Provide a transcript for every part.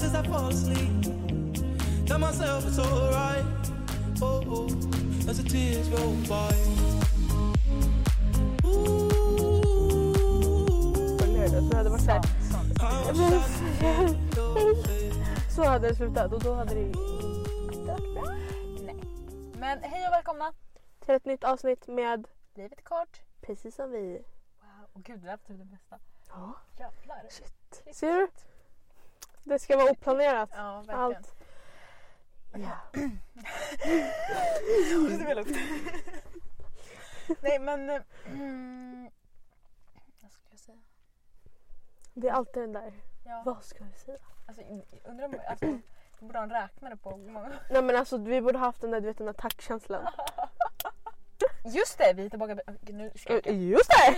since I fall asleep. Tell myself it's alright. Oh, oh, as the tears roll by. Ooh, på lördag tror jag det var så I här. wish I knew your face. Så hade det slutat och då hade det varit bra. Nej. Men hej och välkomna! Till ett nytt avsnitt med Livet är kort. Precis som vi. Wow. Och gud, det där var typ det bästa. Ja. Jävlar. Shit. Ser du? Det ska vara oplanerat. Ja, verkligen. Allt. Ja. Det var lugnt. Nej men... eh, Mm, vad skulle jag säga? Det är alltid den där. Ja, Vad ska vi säga? alltså, undrar om... Alltså, jag borde ha en räknare på hur många... Nej men alltså vi borde haft den där, du vet, den där tackkänslan. Just det, vi är tillbaka... Okej, Nu ska jag... Just det!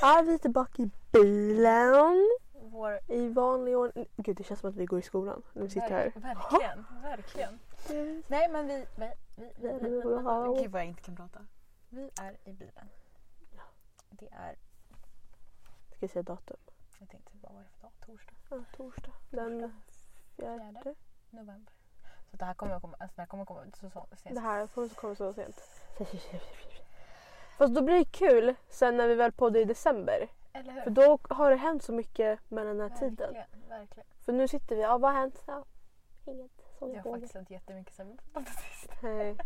Ja, vi är tillbaka i bilen. Vår... I vanlig ordning. Gud det känns som att vi går i skolan när vi sitter här. Verk- Verkligen, verkligen. Nej men vi... vi, vi, vi, vi, vi gud vad jag inte kan prata. Vi är i bilen. Det är... Ska vi säga datum? Jag tänkte bara vad är det för dag? Torsdag? Ja, torsdag. Den fjärde. Fjärde november. Så det här kommer komma, alltså det här kommer komma så, så, Det sent. här får komma så sent. Fast då blir det kul sen när vi väl poddar i december. Eller hur? För då har det hänt så mycket med den här tiden. Verkligen, verkligen. För nu sitter vi, ja vad har hänt? Ja, inget. Som Jag har faktiskt inte jättemycket sen Nej.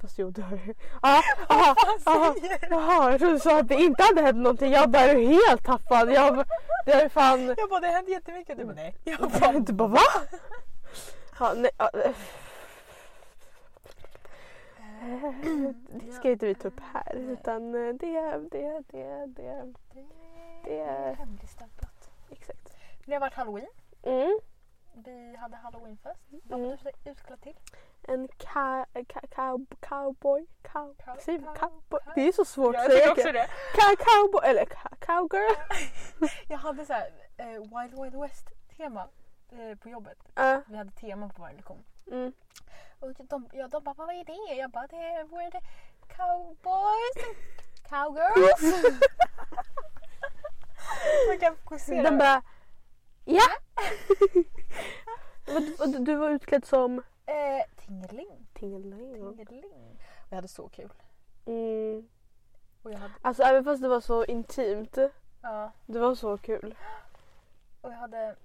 Fast jo det har du. Ah, aha, aha, aha, jag trodde du sa att det inte hade hänt någonting. Jag bara är du helt tappad. Jag, bara- det är fan... Jag bara det har hänt jättemycket. Du bara nej. Jag Du bara va? Ja, nej, ja, eh, det ska inte vi ta upp här utan eh, det, det, det, det. Det Det är är- hemligstämplat. Exakt. Det har varit halloween. Mm. Vi hade halloweenfest. Vad Mm. var det du utklädd till? En ka, ka, cow- cowboy. Cow, Cow- säger vi cow- cowboy? cow- Det är så svårt Jag att säga. tycker också det. Cow, cowboy eller cow, cowgirl. Jag hade så här, eh, Wild Wild West tema eh, på jobbet. Ja, Vi hade tema på varje lektion. mm. Och de, ja, de bara, vad är det? Jag bara, det är where the cowboys and cowgirls. Man kan fokusera. Den bara ja. Men du, du var utklädd som eh, tingeling, Tingeling. tingeling. Mm. Och jag hade så kul. Mm. Och jag hade, Alltså även fast det var så intimt. ja, Det var så kul. och jag hade,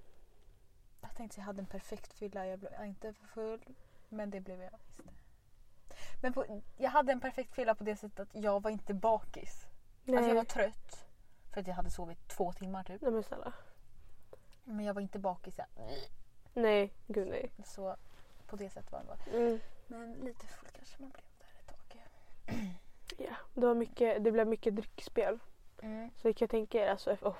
jag tänkte säga jag hade en perfekt fylla. Jag blev inte för full, men det blev jag visst. Men på, jag hade en perfekt fylla på det sättet att jag var inte bakis. Nej. Alltså jag var trött. För att jag hade sovit två timmar typ. Nej men snälla. Men jag var inte bakis. Jag, Nej, gud nej. Så på det sättet var det bra. Mm. Men lite full kanske man blev där ett tag. Ja, det, var mycket, det blev mycket dryckspel. Mm. Så jag kan tänka er alltså, oh,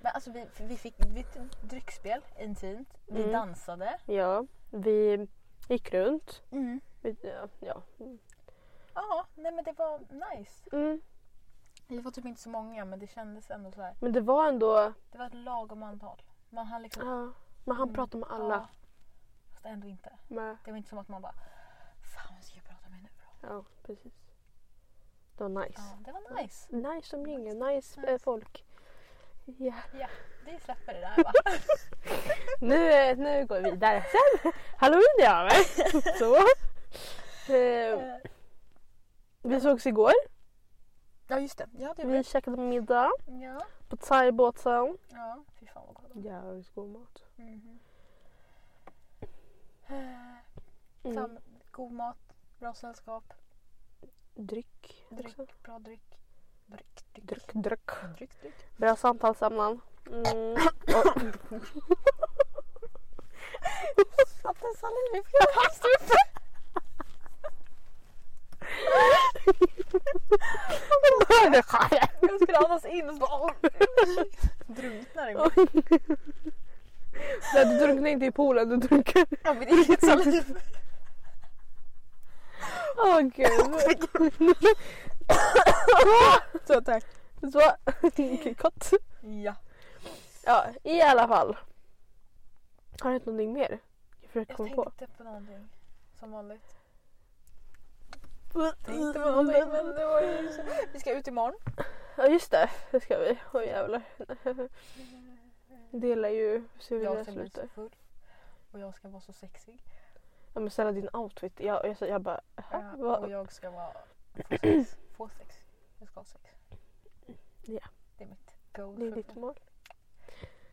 Men alltså vi, vi fick vi fick ett dryckspel intimt. Vi Mm. dansade. ja. Vi gick runt. Mm. Vi, ja, ja. Mm. Ja, nej men det var nice. Mm. Vi var typ inte så många men det kändes ändå så här. Men det var ändå, Det var ett lagom antal. Man hann liksom... ja. Man han Mm. pratade med alla. Ja. Fast ändå inte. Med, Det var inte som att man bara Fan vad ska jag prata med nu då? ja, precis. Det var nice. Ja, det var nice. Nice omgivning, nice, Nice. eh, folk. Ja. Vi släpper det där va? Nu, eh, nu går vi vidare. Sen, halloween är över. Så. Eh, Eh, vi sågs igår. ja just det. Ja det Vi var käkade middag Ja. på thai-båten. Ja, fy fan vad gott. Jävligt god mat. Mhm. Mm. Sam, god mat, bra sällskap, Dryck. dryck, också. bra dryck. Dryck, dryck. Dryck, dryck. dryck, dryck. Bra samtalsämnen. Mm. Satte saliv i hela halsduken. Jag skulle andas in och så bara... Drunknar i mig. Nej, du drunknar inte i poolen, du drunknar... Ja, mitt eget saliv. Åh gud. Så tack. Så, katt. Ja. Ja, i alla fall. Har det hänt någonting mer? Jag försöker Jag komma på. tänkte på någonting. Som vanligt. Tänkte på någonting men det var ju så. Vi ska ut imorgon. Ja just det, det ska vi. Åh jävlar. Det lär ju se hur det Jag ska bli så slutar. full. Och jag ska vara så sexig. Ja, men snälla din outfit. Jag, jag, jag bara... Ja, "Jaha, vad- Eh, och jag ska vara... Få sex. Få sex. Jag ska ha sex. Ja. Det är mitt goal Det är för ditt mål.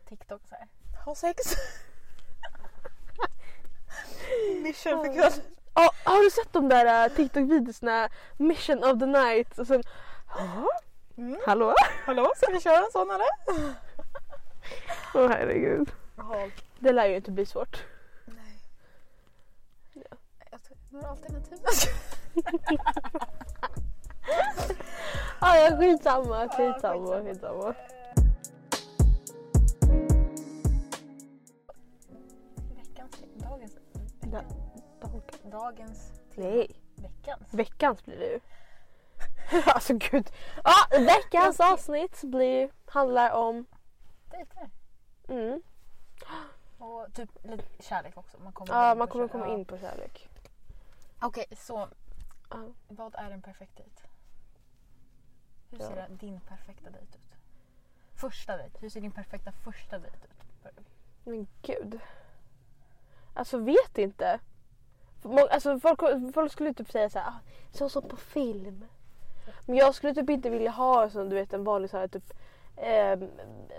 TikTok så här. Ha sex! Mission för kväll. Ja, har du sett de där eh, TikTok-videorna? Mission of the night. Och sen... Ja, Mm. hallå? Hallå, ska vi köra en sån eller? Åh herregud. Det lär ju inte bli svårt. Nej. Ja. Jag tror, några alternativ? Ah, ja, skitsamma, skitsamma, skitsamma. Veckans, dagens, Da- veckans, dagens, Nej. veckans. Veckans blir det ju. alltså gud. Ja, veckans avsnitt blir, handlar om... Dejter. Mm, Och typ lite kärlek också. Man kommer ja, in man på kommer kärlek. komma Ja. in på kärlek. Okej, så Ja. vad är en perfekt dejt? Hur Ja. ser din perfekta dejt ut? Första dejt. Hur ser din perfekta första dejt ut? Men gud. Alltså vet inte. Må- Alltså, folk, folk skulle typ säga så här, ah, så som på film. Men jag skulle typ inte vilja ha som du vet en vanlig så här typ eh,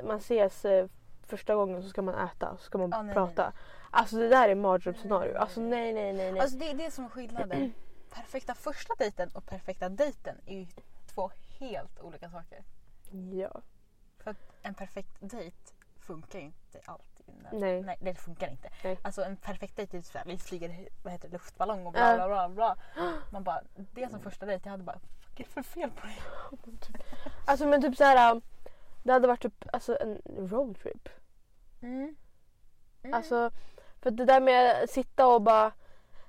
man ses eh, första gången så ska man äta så ska man Ah, nej, prata. Alltså det där är mardrömsscenario. Alltså nej nej nej nej. Alltså det är det som är skillnaden. Perfekta första dejten och perfekta dejten är ju två helt olika saker. ja. För att en perfekt dejt funkar ju inte alltid. när- Nej. Nej, det funkar inte. Nej. Alltså en perfekt dejt är ju såhär, vi flyger vad heter det, luftballong och bla Ja. bla bla. bla. Man bara, det som första dejt, jag hade bara, vad är det för fel på dig? Alltså men typ så här. um, Det hade varit typ alltså, en roadtrip. Mm. Alltså för det där med att sitta och bara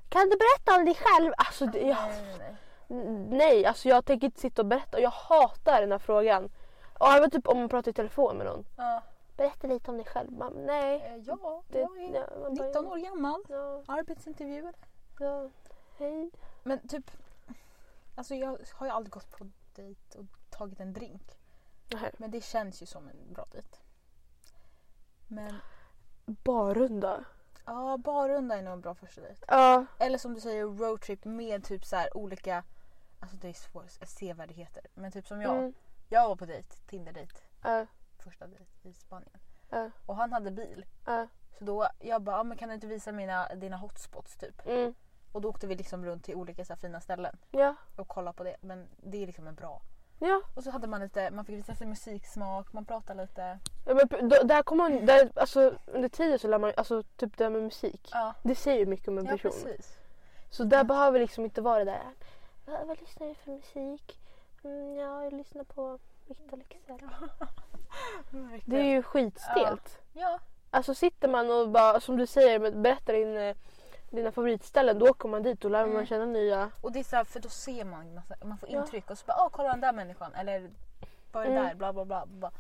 kan du berätta om dig själv? Alltså det, jag, Nej, nej, nej. N- Nej, alltså jag tänker inte sitta och berätta. Jag hatar den här frågan. Och även typ om man pratar i telefon med någon. Ja, Berätta lite om dig själv. Man, nej. eh, ja, Det, jag är ja, man bara, 19 år gammal, Ja, arbetsintervjuer. ja, hej. Men typ, alltså jag har ju aldrig gått på dejt och tagit en drink. Nej. Men det känns ju som en bra dejt. Men Barrunda. ja, barrunda är nog en bra första dejt. Ja, Eller som du säger roadtrip med typ så här olika, alltså det är svårt, sevärdheter. Men typ som jag, mm, jag var på dejt, Tinder-dejt, ja, första dejt i Spanien. Ja. Och han hade bil. ja, Så då, jag bara, ah, men kan du inte visa mina, dina hotspots typ? mm, Och då åkte vi liksom runt till olika så här fina ställen ja, och kollade på det. Men det är liksom en bra. ja. Och så hade man lite, man fick visa sin musiksmak, man pratade lite. Ja, men p- då- där kommer man, där, alltså, under tiden så lär man alltså typ det här med musik. Ja, Det säger ju mycket om en ja person. precis. Så där behöver liksom inte vara det där. Vad, vad lyssnar du för musik? Mm, ja, jag lyssnar på Victor Leksell. Det är ju skitstelt. Ja, Alltså sitter man och bara, som du säger, men berättar din, eh, dina favoritställen, då kommer man dit och lär Mm. man känna nya. och det är så här, för då ser man, massa, man får Ja. intryck och så bara, åh kolla den där människan eller vad är det Mm. där, bla bla bla. bla.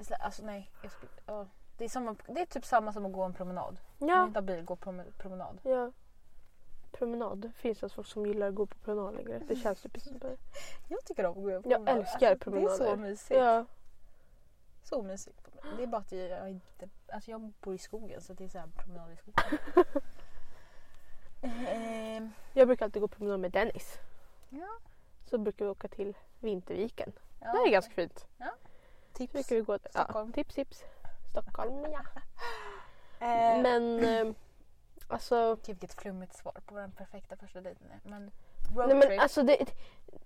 Så, alltså nej, jag skulle, ja. det, är samma, det är typ samma som att gå en promenad. Om du Ja. inte har bil, gå prom- promenad. ja. Promenad. Det finns alltså folk som gillar att gå på promenad längre. Det känns typ som det. Jag tycker om att gå en Jag promenad. Alltså, älskar Det är promenader. så mysigt. Ja. Så mysigt. Det är bara att jag inte... Alltså jag bor i skogen så det är så här promenad i skogen. Ehm, Jag brukar alltid gå promenad med Dennis. Ja. Så brukar vi åka till Vinterviken. ja, det är ganska fint. Så tips. brukar vi gå Stockholm. Ja, tips, tips. Stockholm, ja. Ehm, Men eh, alltså. Gud vilket flummigt svar på vad den perfekta första dejten är. Men Nej, roadtrip men alltså det.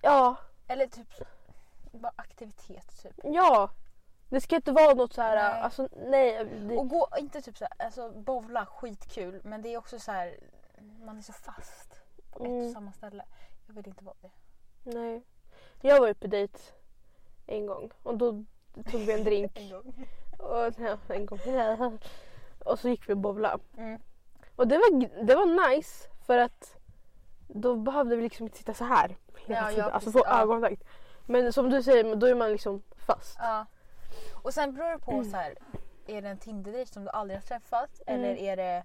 Ja. eller typ bara aktivitet typ. Ja. Det ska inte vara något så här. Nej. Alltså nej. Det, Och gå, inte typ så här, alltså bowla skitkul men det är också så här man är så fast på ett Mm. och samma ställe. Jag vill inte vara det. Nej. Jag var ju på dejt en gång och då tog vi en drink. En gång. och, ja, en gång. och så gick vi och bowla. Mm. Och det var, det var nice för att då behövde vi liksom inte sitta så här hela Ja, ja, tiden. alltså få precis, ja. ögonkontakt. Men som du säger, då är man liksom fast. Ja. Och sen beror det på så här, är det en Tinder-dejt som du aldrig har träffat Mm. eller är det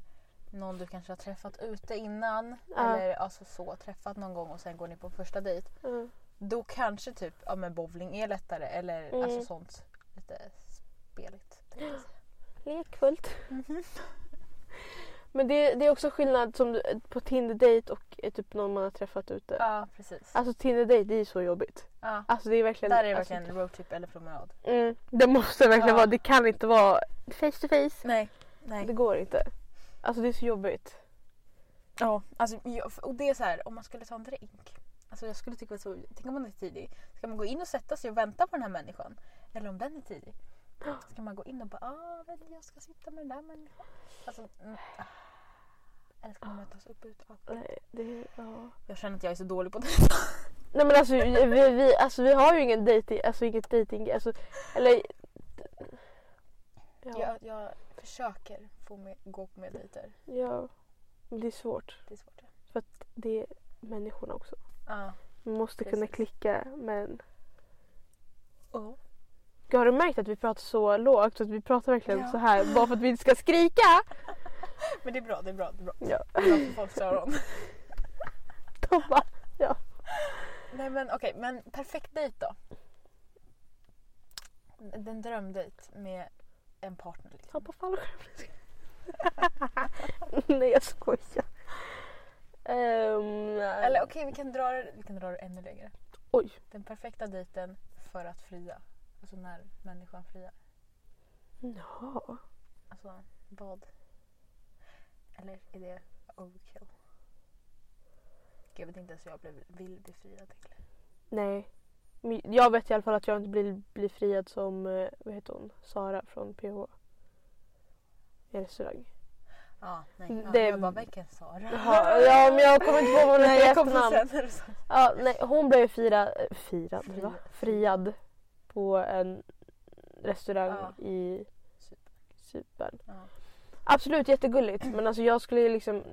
någon du kanske har träffat ute innan Ja. eller alltså så träffat någon gång och sen går ni på första dejt. Mm. Då kanske typ ja, men bowling är lättare eller Mm. alltså sånt lite speligt. tänkte jag säga. lekfullt. Men det, det är också skillnad som du- på Tinder-date och eh, typ någon man har träffat ute. Ja, precis. Alltså Tinder-date det är så jobbigt. Ja. Alltså det är verkligen... Där är det alltså, verkligen roadtrip eller promenad. typ. mm, det måste verkligen Ja. vara, det kan inte vara face to face. Nej. Nej. Det går inte. Alltså det är så jobbigt. Ja, alltså, jag- och det är så här, om man skulle ta en drink. Alltså jag skulle tycka det var så, tänk om man är tidig. Ska man gå in och sätta sig och vänta på den här människan? Eller om den är tidig? Ska man gå in och bara, ah, men jag ska sitta med den där människan? Alltså, mm, ah. Eller ska man mötas upp ut? Ah. Nej, det, ja. Jag känner att jag är så dålig på det. Nej men alltså vi, vi, alltså, vi har ju ingen dating, alltså inget dating, alltså eller... Ja. Jag, jag försöker få mig, gå på mer dejter. ja. Men det är svårt. Det är svårt. Ja, För att det är människorna också. ah. Man måste kunna Precis. klicka men... oh. Gud, Har du märkt att vi pratar så lågt? Att vi pratar verkligen Ja. så här bara för att vi inte ska skrika? Men det är bra, det är bra. Det är bra, Ja. det är bra för folks öron. De bara, Nej men okej, men perfekt dejt då? Den drömdejt med en partner. ta Liksom. på fallskärmen. Nej jag skojar. Ehm, Eller okej, vi, kan dra det- vi kan dra det ännu längre. Oj. Den perfekta dejten för att fria. Alltså när människan friar. Ja. Alltså vad? Eller är det overkill? Gud, jag vet inte ens hur jag blev, vill bli friad egentligen. Nej. Men Jag vet i alla fall att jag inte blir, blir friad som, eh, vad heter hon, Sara från PH. I restaurang. Ja, nej. Ja, Det- Jag bara, vilken Sara. Jaha, ja men jag kommer inte på vad hon nej, heter i jag kom på efternamn. sen när du sa Ja, nej, hon blev ju firad, eh, firad Fri- va? Friad på en restaurang Ja. i Cypern. Cypern. Ja. Absolut jättegulligt men alltså jag skulle ju liksom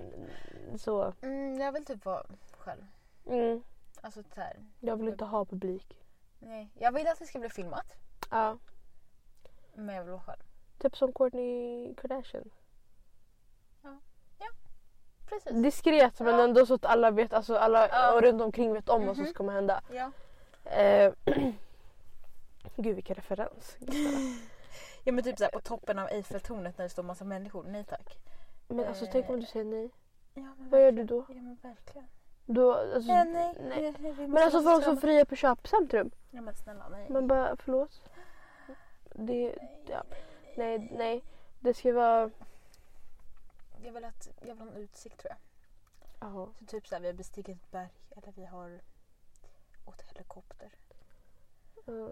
så. Mm, jag vill typ vara själv. Mm, Alltså så här. jag vill inte ha publik. Nej. Jag vill att det ska bli filmat. Ja, Men jag vill vara själv. typ som Kourtney Kardashian. Precis. Diskret men Ja. ändå så att alla vet, alltså alla Ja. och runt omkring vet om vad som Mhm. ska komma hända. Ja. Eh, Gud vilken referens. ja men typ så här, på toppen av Eiffeltornet när det står massa människor. Nej tack. Men alltså tänk om du säger nej. Ja men Vad gör du då? Ja men verkligen. då alltså, Nej Eh, nej. nej. nej, nej vi Men måste alltså vara folk som tillsammans. friar på köpcentrum. Ja men snälla nej. Man bara förlåt. Det, ja. Nej, nej. Det ska vara... Jag vill att, jag vill ha en utsikt tror jag. Ja. Så typ så här, vi har bestigit ett berg eller vi har åt helikopter. ja.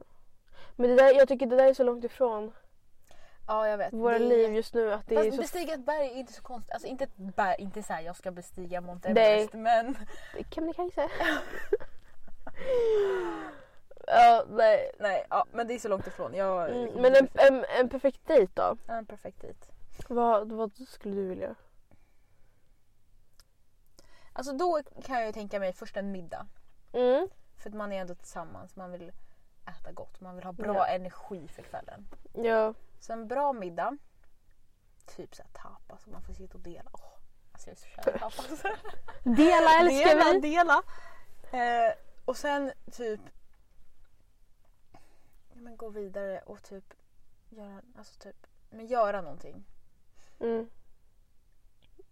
Men det där, jag tycker det där är så långt ifrån Ja jag vet. våra Det är- liv just nu. Att det är Fast så, bestiga ett berg är inte så konstigt. Alltså inte ett berg, inte så här jag ska bestiga Mount Nej. Everest men Kebnekaise. ja, nej. Nej, ja, men det är så långt ifrån. Jag, Mm, men en, en, en perfekt dejt då? Ja, en perfekt dejt. Vad, vad skulle du vilja? Alltså då kan jag ju tänka mig först en middag. Mm. För att man är ändå tillsammans, man vill äta gott, man vill ha bra Ja. energi för kvällen. Ja. Så en bra middag, typ såhär tapas, och man får sitta och dela. Åh, alltså jag är så kär i tapas. Dela älskar vi. dela! Eh, och sen typ ja, men gå vidare och typ göra, alltså typ, men göra någonting. Mm.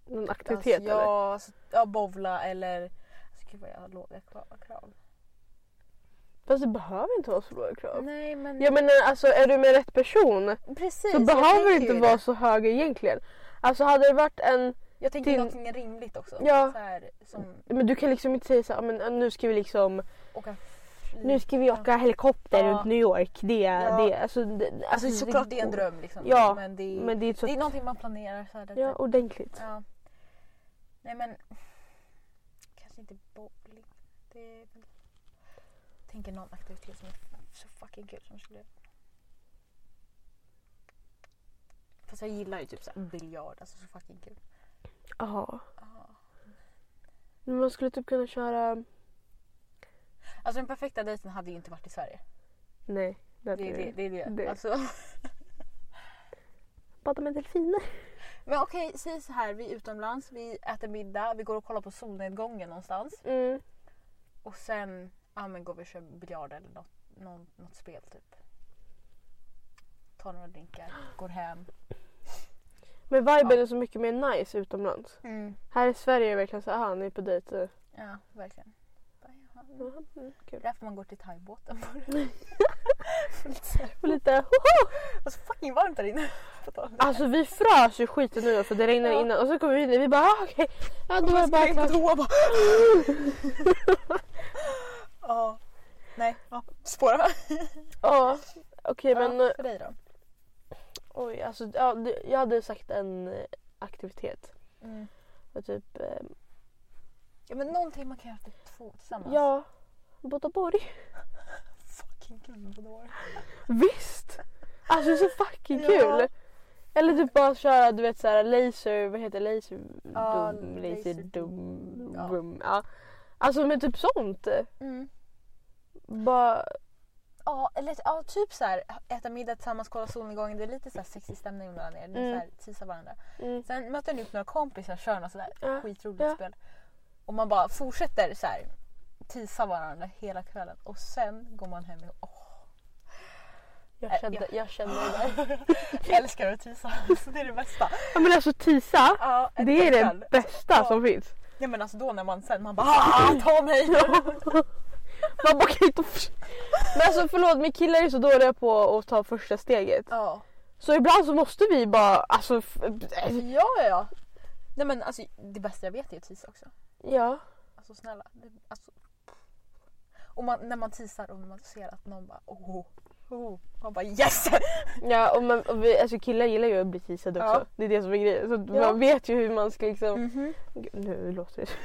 Någon Alltså, aktivitet eller? ja, alltså, ja, bowla eller... Alltså, gud vad jag har låga kra- krav. Fast det behöver inte vara så låga krav. Nej men Jag menar alltså är du med rätt person precis. så jag behöver det tänker inte ju vara så hög egentligen. Alltså hade det varit en, Jag tänker till- någonting rimligt också. Ja. Så här, som men du kan liksom inte säga så här, men äh, nu ska vi liksom, åka nu ska vi åka helikopter Mm. Ja. runt New York. Det, Ja. det, alltså, det, Alltså såklart det är en dröm liksom. Ja, men det är, Men det är så det är att, någonting man planerar. Så här, det, ja ordentligt. ja. Nej men kanske inte bowling. Det är väl... Jag tänker någon aktivitet som är så fucking kul som skulle... Fast jag gillar ju typ så här, biljard, alltså så fucking kul. Jaha. Ja. Men man skulle typ kunna köra, Alltså den perfekta dejten hade ju inte varit i Sverige. nej. Det Det är det. det, är det. Det. Alltså, Bada med delfiner. Men okej, säg så här. Vi är utomlands, vi äter middag, vi går och kollar på solnedgången någonstans. Mm. Och sen ja, men går vi och kör biljard eller något, någon, något spel typ. Tar några drinkar, går hem. Men viben Ja. är så mycket mer nice utomlands. Mm. Här i Sverige är det verkligen så aha ni är på dejter. Ja, verkligen. Bara, jaha. Jaha, mm, Det är kul. därför man går till thaibåten bara. För lite så här. Och lite Och så Alltså, fucking varmt där inne. På tal om det. Alltså vi frös ju skiten nu för det regnade Ja. innan och så kom vi in och vi bara ah, okej. Ja då var det Man bara skulle in på klart. toa bara. Ja. Nej, ja. spåra. Ja. Okej men eh, ja, för dig då? oj alltså ja, det- jag hade sagt en eh, aktivitet. Mm. Och typ eh, Ja, men någonting man kan göra till två tillsammans. ja. Botaborg. Fucking kul med båda våra. Visst! Alltså det är så fucking Ja. kul. Eller typ bara köra du vet såhär laser, vad heter det? laser? Ja, dum, laser- laser dum, Ja. rum. Ja. Alltså men typ sånt. Mm. Bara Ja, eller ja, typ så här äta middag tillsammans, kolla solnedgången. Det är lite så här sexig stämning mellan er. Ni Mm. så här teasar varandra. mm, Sen möter ni upp några kompisar, kör något sådär Ja, skitroligt ja. spel. Och man bara fortsätter så här teasa varandra hela kvällen och sen går man hem och åh, jag kände, jag kände det där. jag älskar att teasa. Så det är det bästa. Ja men alltså Tisa, Ja, en det är kväll. det bästa som finns. Ja men alltså då när man sen man bara "Ah, ta mig! Man bara kan inte... Men alltså förlåt men killar är så dåliga på att ta första steget. Ja. Så ibland så måste vi bara alltså... f- Ja, ja, ja. Nej men alltså det bästa jag vet är ju att tisa också. Ja. Alltså snälla. Det, alltså. Och man, när man tisar och man ser att någon bara oh, oh. Man bara yes! Ja och, man, och vi, alltså killar gillar ju att bli teasade också. Ja. Det är det som är grejen. Så Ja. man vet ju hur man ska liksom... Mhm. Gud, Nu låter det så.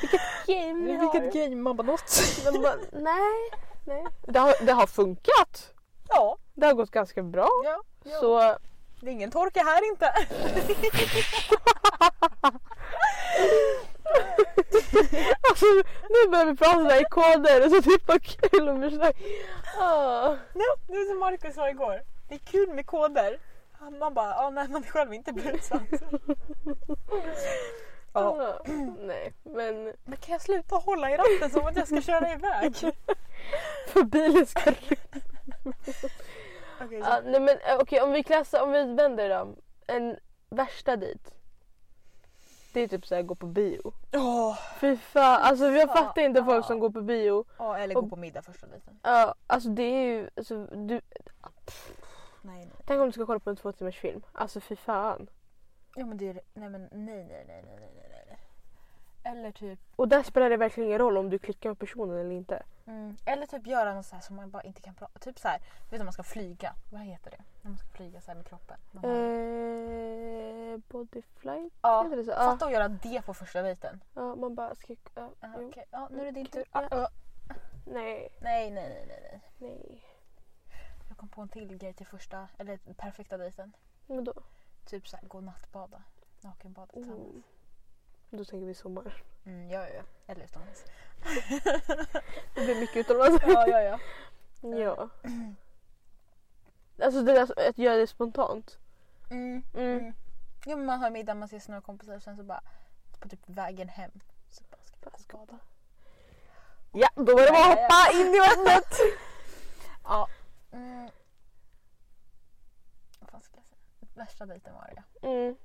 Vilket game vi har. Vilket game, man bara något. Man bara, nej, nej. Det har, det har funkat. ja, Det har gått ganska bra. ja, ja. Så Det är ingen torka här inte. Alltså nu börjar vi prata där i koder och så typ vad kul och förslag. Ah. No, det är som Marcus sa igår. Det är kul med koder. Man bara, ja nej man är själv inte busat. ja. Ah. Nej men Men kan jag sluta hålla i ratten som att jag ska köra iväg? Okej, för bilen ska rulla. så. ah, Nej men eh, okej om vi klassar, om vi vänder dem. En värsta dit. Det är typ såhär gå på bio. Ja, Fy fan, alltså jag fan, fattar inte folk ja. som går på bio. Ja, eller gå på middag första dejten. Ja, alltså det är ju, alltså, du, Nej, nej. tänk om du ska kolla på en två timmars film. Alltså fy fan. Ja men det är nej men nej nej nej nej nej nej, nej. Eller typ, Och där spelar det verkligen ingen roll om du klickar med personen eller inte. mm, eller typ göra något så här som man bara inte kan prata. Typ så här, du vet om man ska flyga. Vad heter det? När man ska flyga så här med kroppen. Man har- Eh, bodyflight? ja. Heter det så? Ja. Fatta att göra det på första dejten. Ja, man bara ska... Ja, Ja, jo. okej. ja, nu är det din Okej. tur. Ah, ah. Nej, Nej, nej, nej, nej, nej. nej. Jag kom på en till grej till första, eller perfekta dejten. Men då, Typ såhär, gå och nattbada. Nakenbada oh. tillsammans. då tänker vi sommar. Mm, ja, ja, ja. Eller utomlands. Det blir mycket utomlands. ja, ja, ja. ja. Alltså det där att göra det spontant. Mm. Mm. Mm. Jo, men man har middag, man ses med några kompisar sen så bara på typ vägen hem. Så bara, ska vi gå och bada? Ja, då var det bara att Ja, ja, hoppa in i vattnet. Ja. Mm. Vad fan skulle jag säga? Värsta dejten var det ja. Mm.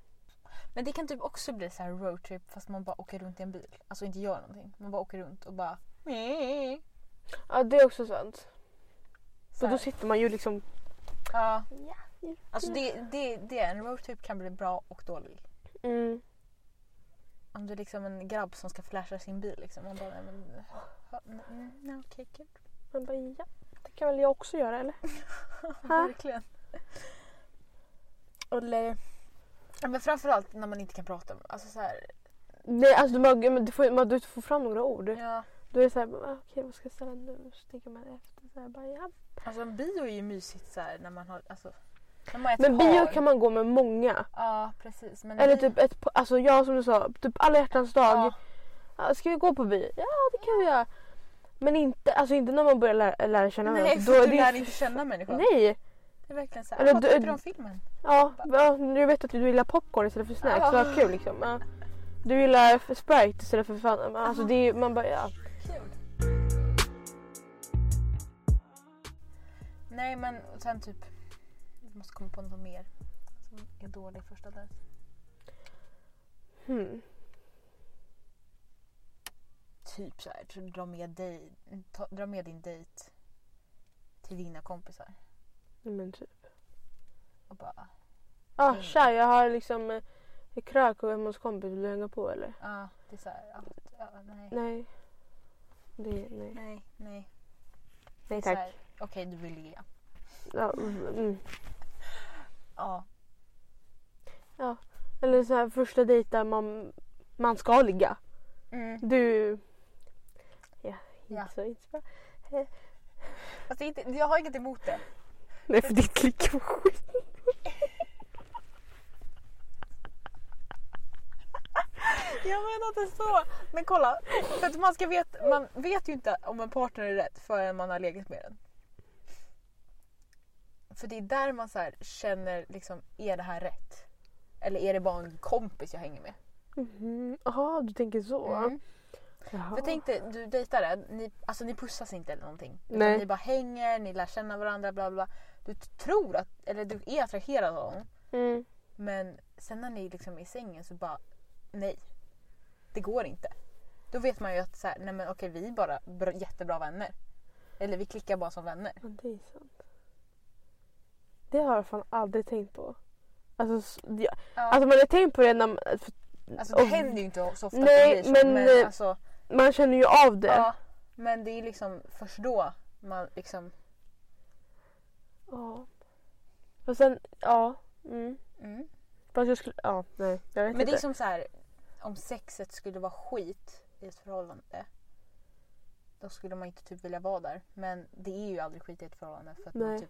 Men det kan typ också bli så här roadtrip fast man bara åker runt i en bil. Alltså inte gör någonting. Man bara åker runt och bara... Ja, det är också sant. Så För här. då sitter man ju liksom... Ja. Ja. Alltså det, det, det, en roadtrip kan bli bra och dålig. Mm. Om du är liksom en grabb som ska flasha sin bil liksom. Man bara, nej men... ja, nej, nej, Nej okej kul. Man bara ja, det kan väl jag också göra eller? Ha? Verkligen. Eller... Ja, men framförallt när man inte kan prata. Alltså så här... Nej, alltså man, men du, får, man, du får fram några ord. Ja. Då är det såhär, okej vad ska jag säga nu? Så tänker man efter. Så här, bara, ja. Alltså en bio är ju mysigt så här när man har... Alltså, när man äter Men bio har. kan man gå med många. Ja precis. Men Eller bio- typ ett, alltså jag som du sa, typ alla hjärtans dag. Ja. Ja, Ska vi gå på bio? Ja det kan vi göra. Men inte, alltså inte när man börjar lära, lära känna Nej, Då för är du det- lär inte känna människan. Nej! Det är verkligen så här, Eller vad du- tyckte du om filmen? Ja, ja, du vet att du gillar popcorn istället för snacks. Ja. Vad kul liksom. Ja. Du gillar f- Sprite istället för fan. men Alltså Ja. det är ju- man bara ja. Kul. Nej men och sen typ, vi måste komma på något mer. som är dålig första dans? Hmm. Typ så här, tror du dra med, dig, ta, dra med din dejt till dina kompisar Nej, Men typ. och bara Ah, Mm. tja, jag har liksom eh, en krök och hemma hos kompis. Vill du hänga på eller? ja, det är så här, ja, ja, nej. Nej. Det, nej. Nej, nej. Nej Så tack. här, Okej, du vill ligga. Ja, mm, mm. Ja, Eller så här första dejt där man, man ska ligga. mm. Du... Ja, inte Ja. så inte så bra. Fast det är inte, jag har inget emot det. Nej för ditt ligg var skit. Jag menar inte så. Men kolla, för att man, ska veta, man vet ju inte om en partner är rätt förrän man har legat med den. För det är där man så här känner, liksom, är det här rätt? Eller är det bara en kompis jag hänger med? Mhm. Jaha, du tänker så. Mm. Jaha. För tänk dig, du dejtar det, ni, alltså ni pussas inte eller någonting. Utan Nej. Ni bara hänger, ni lär känna varandra, bla bla. bla. Du t- tror att, eller du är attraherad av honom. Mm. Men sen när ni liksom är i sängen så bara, nej. Det går inte. Då vet man ju att så här, nej men okej vi är bara bra, jättebra vänner. Eller vi klickar bara som vänner. Men det är sant. Det har jag fan aldrig tänkt på. Alltså, s- ja. alltså man har tänkt på det när man, för Alltså det och- händer ju inte så ofta att Nej, det blir så, men, eh, alltså, man känner ju av det. ja, men det är liksom först då man liksom, Ja. Och sen, ja. Mm. mm. Fast jag skulle, ja, nej. Jag vet Men det inte. är som så här, om sexet skulle vara skit i ett förhållande. Då skulle man inte typ vilja vara där. Men det är ju aldrig skit i ett förhållande för att man Nej. typ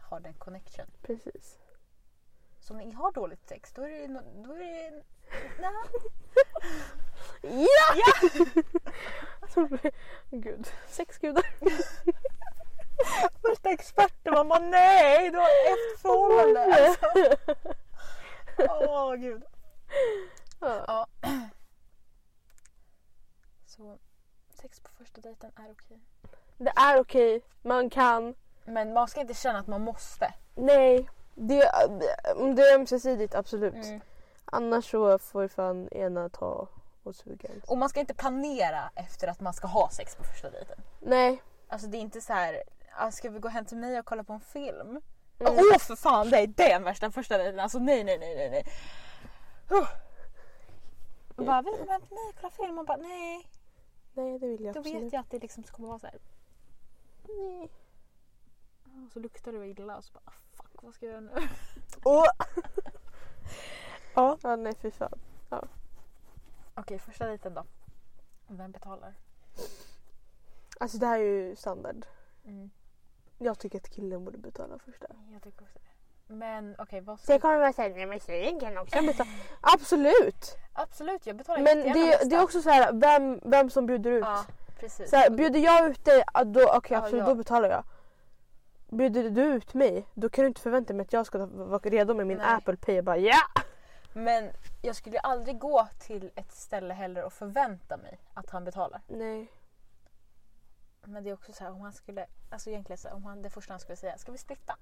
har den connection. Precis. Så om ni har dåligt sex då är det, no- då är det Ja! Gud. Sex gudar. Första experten man bara nej, du har ett förhållande. Åh alltså. Åh, gud. Ja. Ja. Så sex på första dejten är okej. Det är okej. Man kan. Men man ska inte känna att man måste. Nej. Det, om det är ömsesidigt, absolut. Mm. Annars så får ju fan ena ta och suga. Och man ska inte planera efter att man ska ha sex på första dejten. Nej. Alltså det är inte så här, "Ah, ska vi gå hem till mig och kolla på en film? Åh Mm. för fan, det är den värsta första dejten. Alltså nej, nej, nej, nej. nej. Huh. Och bara, vi kommer hem till mig och kollar film. Man bara, nej. Nej, det vill jag Då absolut vet jag att det liksom kommer vara så här. Nej. Och så luktar det illa och så bara, "Ah, fuck vad ska jag göra nu? Ja. ja, nej fy fan. Okej, första dejten då. Vem betalar? Alltså det här är ju standard. Mm. Jag tycker att killen borde betala först. där. Jag tycker också det. Men okej, vad Sen ska... kommer det vara såhär, nej men tjejen kan också betala. Absolut! Absolut, jag betalar Men jättegärna det, nästa. det är också så här, vem, vem som bjuder ut. Ja, precis. Så här, bjuder jag ut dig, ja, då, okej Ja, absolut ja. då betalar jag. Bjuder du ut mig, då kan du inte förvänta mig att jag ska vara redo med min Nej. Apple Pay och bara ja! Men jag skulle ju aldrig gå till ett ställe heller och förvänta mig att han betalar. Nej. Men det är också så här om han skulle, alltså egentligen så här, om han, det första han skulle säga, ska vi splitta?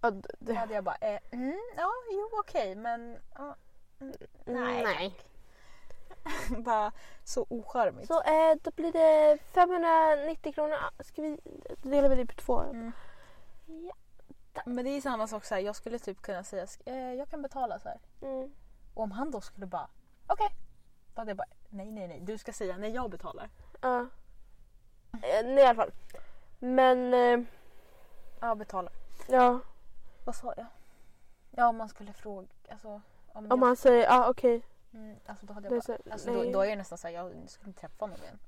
Ja, d- Då det, hade jag bara, eh, mm, ja, jo okej men ja, mm, nej. nej. bara så ocharmigt. Så eh, då blir det 590 kronor. Ah, Ska vi, då delar vi det på två. Mm. Men det är samma sak så här, jag skulle typ kunna säga, "Sk- eh, jag kan betala så här. Mm. Och om han då skulle bara, okej. Då hade jag bara, nej nej nej, du ska säga nej jag betalar. Ja. Eh, nej i alla fall. Men eh, Ja, betalar. ja, Vad sa jag? Ja, om man skulle fråga, alltså. Om om jag, man säger ja ah, okej. mm, alltså då hade jag Det är bara, så här, Alltså då, nej. då är jag nästan såhär, jag skulle inte träffa honom igen.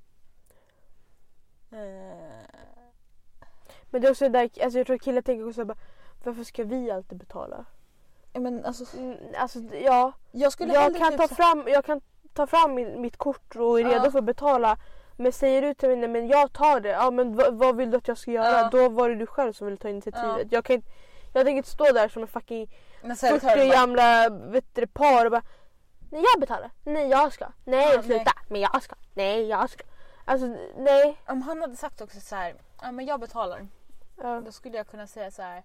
Eh, Men det är också det där, alltså jag tror att killar tänker också bara varför ska vi alltid betala? ja, men alltså, Mm, alltså d- ja, jag skulle jag hellre kan, typ ta så- fram, jag kan ta fram min, mitt kort och är Ja. redo för att betala. Men säger du till mig nej men jag tar det, ja men vad, vad vill du att jag ska göra? Ja. Då var det du själv som ville ta initiativet. Ja. Jag, kan, inte- jag tänker inte stå där som en fucking men så här, tar jag 40 bara, gamla vet du, par och bara Nej jag betalar, nej jag ska, nej Ja, sluta, men jag ska, nej jag ska. Alltså nej. Om han hade sagt också så här, ja men jag betalar. Ja. Då skulle jag kunna säga så här.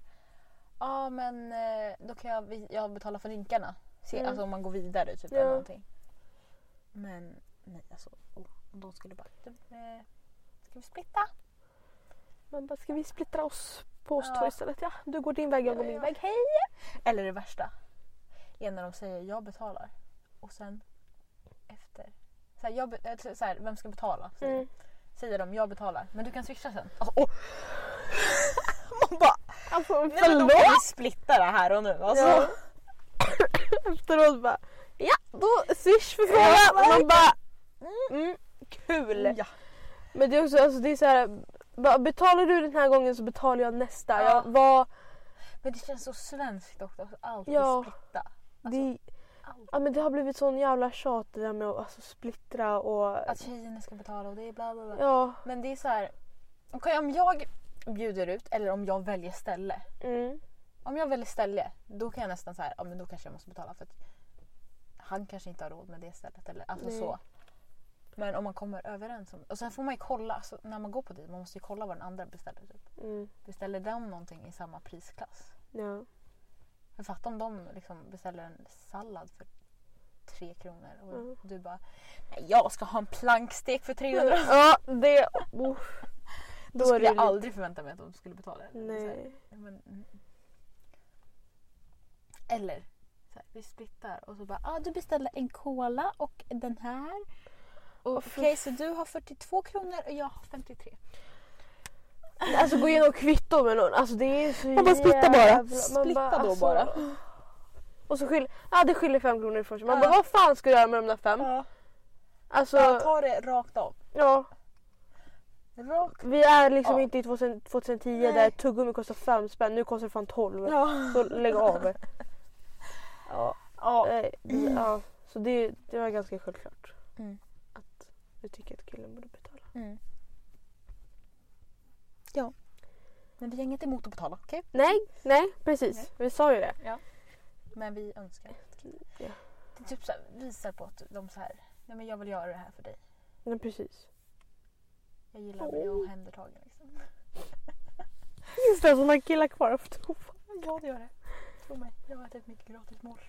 Ja men eh, då kan jag, vi- jag betala för drinkarna. Se, Mm. Alltså om man går vidare typ Ja. eller någonting. Men nej alltså. Oh, de skulle bara. Du, eh, ska vi splitta? Man bara, ska vi splittra oss på oss Ja. två istället? Ja, du går din väg, jag går Ja, min ja. väg. Hej! Eller det värsta. Är när de säger jag betalar. Och sen efter. Så här, jag, be- eh, så- så här, vem ska betala? Säger, Mm. säger de jag betalar. Men du kan swisha sen. Alltså, åh. Man bara. Alltså, Nej, men de förlåt! kan ju splitta det här och nu. Alltså. Ja. Efteråt bara, ja då swish för frågan. Man bara, mm, kul. Ja. Men det är också, alltså det är så här, bara, betalar du den här gången så betalar jag nästa. Ja. Alltså, Jag var, Men det känns så svenskt också. att Alltid Ja. splitta. Alltså, det, Allt. ja, men det har blivit sån jävla tjat det där med att alltså, splittra och Att tjejerna ska betala och det är bla bla bla. ja. Men det är så här. okej, om jag bjuder ut eller om jag väljer ställe. Mm. Om jag väljer ställe då kan jag nästan så här, ja men då kanske jag måste betala för att han kanske inte har råd med det stället eller alltså Nej. så. Men om man kommer överens om Och sen får man ju kolla, alltså, när man går på det, man måste ju kolla vad den andra beställer. Typ. Mm. Beställer de någonting i samma prisklass? Ja. För fatta om de liksom beställer en sallad för tre kronor och Mm. du bara, nej jag ska ha en plankstek för 300. ja, det... Oh. Då skulle jag lite- aldrig förvänta mig att de skulle betala. Så Nej. här, men, mm. Eller, så här, vi splittar och så bara ah, du beställde en cola och den här. Och Åh, för- Okej så du har 42 kronor och jag har 53. Alltså gå igenom kvitto med någon. Alltså det är så Man bara splittar bara. jävla- man alltså. Splitta då bara. Och så skiljer, ja det skiljer fem kronor ifrån sig. Man Ja. bara vad fan ska jag göra med de där fem? Ja. Alltså Bara ta det rakt av. ja, Rakt vi är liksom Ja. inte i 2000 2010 Nej. där tuggummi kostar fem spänn, nu kostar det fan 12. Ja. Så lägg av. ja. ja. eh, det- ja. Så det, det var ganska självklart. Mm. Att du tycker att killen borde betala. Mm. ja. Men vi har inget emot att betala, okej? Nej, nej precis. Nej. Vi sa ju det. Men vi önskar att killar- Ja. Det typ så här, visar på att de så här, nej men jag vill göra det här för dig. Men precis. Jag gillar att bli Åh. omhändertagen. Liksom. Finns det sådana killar kvar efter Ja, det gör det. Tro mig, jag har ätit mycket gratis mål.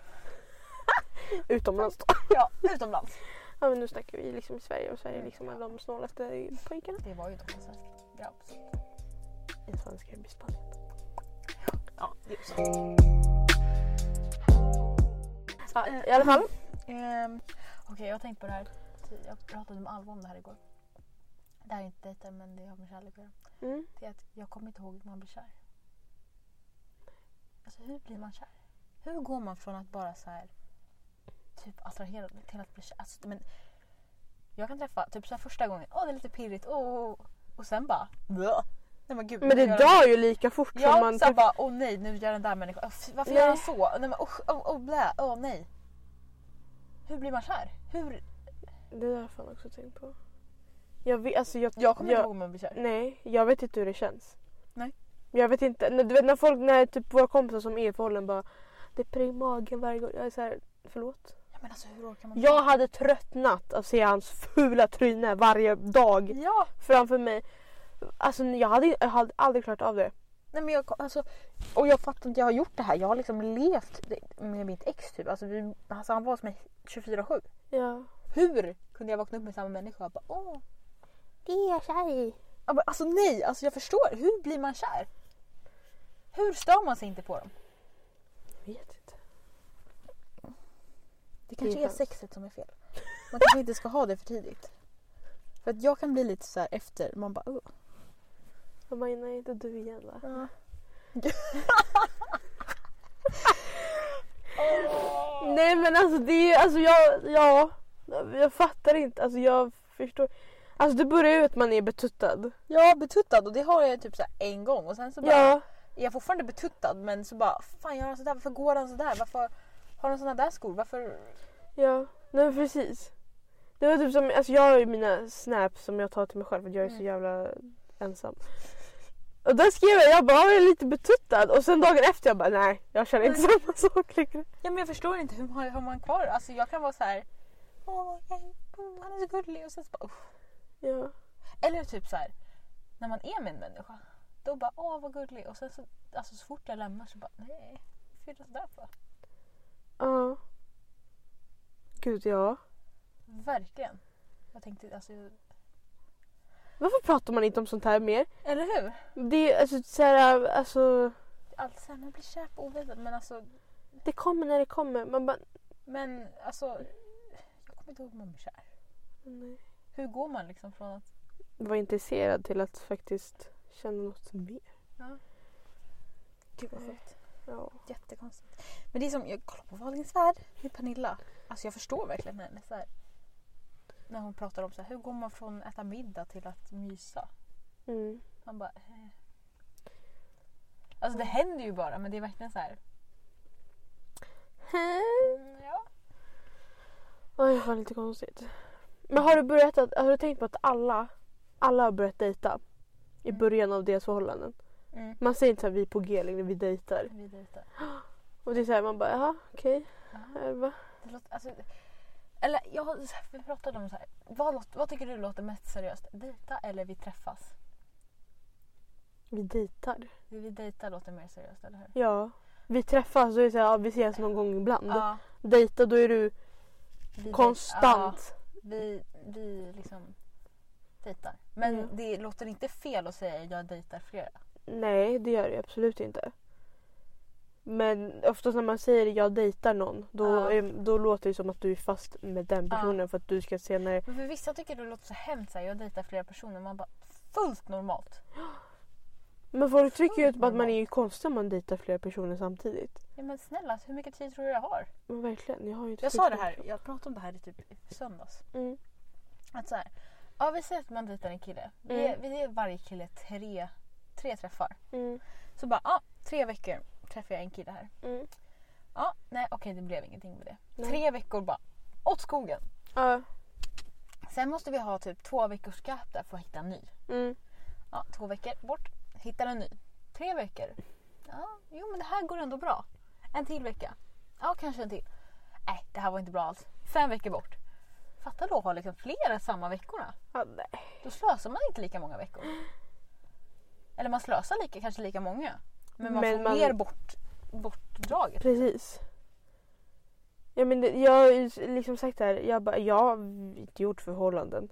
Utomlands då. Ja, utomlands. Ja men nu snackar vi liksom i Sverige och Sverige liksom är Ja. de snålaste pojkarna. Det var ju dock en svensk grabb. så- En svensk grabb i Spanien. Ja, det är sant. Ja, I alla fall. Ehm, Okej, jag har tänkt på det här. Jag pratade med Alva om det här igår. Det här är inte dejten men det har med kärlek att göra. Mm. Det är att jag kommer inte ihåg hur man blir kär. Alltså hur blir man kär? Hur går man från att bara så här typ attraherad till att bli kär? Alltså, men jag kan träffa typ så här första gången, åh det är lite pirrigt, åh, åh, åh. och sen bara Blå. Nej men gud. Men nu det gör han- dör ju lika fort som Ja, man... sen bara åh nej nu gör den där människan, åh, fy, varför Nej. gör han så? Nej men usch, åh åh, blä, åh nej. Hur blir man kär? Hur? Det där har jag fan också tänkt på. Jag vet, alltså jag... Jag kommer inte ihåg om man blir kär. Nej, jag vet inte hur det känns. Nej. Jag vet inte. När, du vet när folk, när typ våra kompisar som är i förhållanden bara det pirrar i magen varje gång. Jag är såhär, förlåt? Ja, men alltså hur orkar man? Jag hade tröttnat att se hans fula tryne varje dag ja. framför mig. Alltså jag hade, jag hade aldrig klarat av det. Nej, men jag, alltså, och jag fattar inte, jag har gjort det här. Jag har liksom levt med mitt ex typ. Alltså, vi, alltså han var hos mig 24-7. Ja. Hur kunde jag vakna upp med samma människa och bara åh. Det är jag kär i. Ja, men Alltså nej, alltså, jag förstår. Hur blir man kär? Hur stör man sig inte på dem? Vet inte. Det kanske kanske är är sexet som är fel. Man kanske inte ska ha det för tidigt. För att jag kan bli lite så här efter, man bara åh. Jag bara, nej inte du igen va? Nej men alltså det är alltså jag, ja. Jag fattar inte, alltså jag förstår. Alltså det börjar ju att man är betuttad. Ja, betuttad och det har jag typ så här en gång och sen så bara Ja. är jag fortfarande betuttad men så bara fan gör han sådär, varför går han sådär, varför har han sådana där skor, varför? Ja, nej men precis. Det var typ som, alltså jag har ju mina snaps som jag tar till mig själv för att jag är så Mm. jävla ensam. Och där skrev jag, jag bara "Ja, jag är lite betuttad och sen dagen efter jag bara nej jag känner inte samma sak längre. Ja men jag förstår inte hur man, hur man kvar, alltså jag kan vara så här. åh jag- åh, han är så gullig och sen så bara uff. Ja. Eller typ så här. när man är med en människa Då bara åh vad gullig och sen så, alltså, så fort jag lämnar så bara nej. Fylla sådär för. Ja. Gud ja. Verkligen. Jag tänkte alltså. jag- Varför pratar man inte om sånt här mer? Eller hur? Det är ju alltså så här, alltså. Allt såhär man blir kär på oväntat men alltså. Det kommer när det kommer. Man bara, Men alltså. Jag kommer inte ihåg hur man blir kär. nej. Hur går man liksom från att. Var intresserad till att faktiskt känna något mer. Gud vad sjukt. Ja. Jättekonstigt. Men det är som, jag kollar på Wahlgrens värld med Pernilla. Alltså jag förstår verkligen henne. Så här, när hon pratar om så här, hur går man från äta middag till att mysa? Mm. Man bara... Eh. Alltså det händer ju bara men det är verkligen så här. mm, Ja. Oj, vad lite konstigt. Men har du börjat att, har du tänkt på att alla, alla har börjat dejta? I Mm. början av deras förhållanden. Mm. Man säger inte såhär vi är på G längre, vi dejtar. Vidare ute. Och det är såhär man bara jaha okej. Ja. Okay. Va? Det låter, alltså, eller jag, har- så här, vi pratade om så här. Vad, låt- vad tycker du låter mest seriöst? Dejta eller vi träffas? Vi dejtar. Vi dejtar låter mer seriöst eller hur? Ja. Vi träffas, då är det såhär ja, vi ses någon gång ibland. Ja, Dejta då är du vi dej- konstant. vi, vi liksom dejtar. Men Mm. det låter inte fel att säga jag dejtar flera. Nej det gör det absolut inte. Men oftast när man säger jag dejtar någon då, Ja. är, då låter det som att du är fast med den Ja. personen för att du ska senare Men för vissa tycker det låter så hemskt såhär, jag dejtar flera personer. Man bara fullt normalt. Men folk tycker ju Fullt att man är ju normalt. konstig om man dejtar flera personer samtidigt. Ja, men snälla hur mycket tid tror du jag har? Men verkligen, jag har ju inte Jag tid sa det för här, jag pratade om det här i typ i söndags. Mm. Att så här, ja vi säger att man dejtar en kille. Vi ger Mm. vi ger varje kille tre, tre träffar. Mm. Så bara ja, tre veckor träffar jag en kille här. Mm. Ja, nej okej det blev ingenting med det. Nej. Tre veckor bara åt skogen. Ja. Sen måste vi ha typ två veckors gap där för att hitta en ny. Mm. Ja, två veckor bort. Hittar en ny. Tre veckor. Ja, jo men det här går ändå bra. En till vecka. Ja, kanske en till. Nej, det här var inte bra alls. Fem veckor bort. Fatta då att ha liksom flera samma veckorna. Ja, nej. Då slösar man inte lika många veckor. Eller man slösar lika, kanske lika många. Men man Men får man- mer bort, bortdraget. Precis. Ja, men det, jag har ju liksom sagt det här, jag bara, jag har inte gjort förhållanden.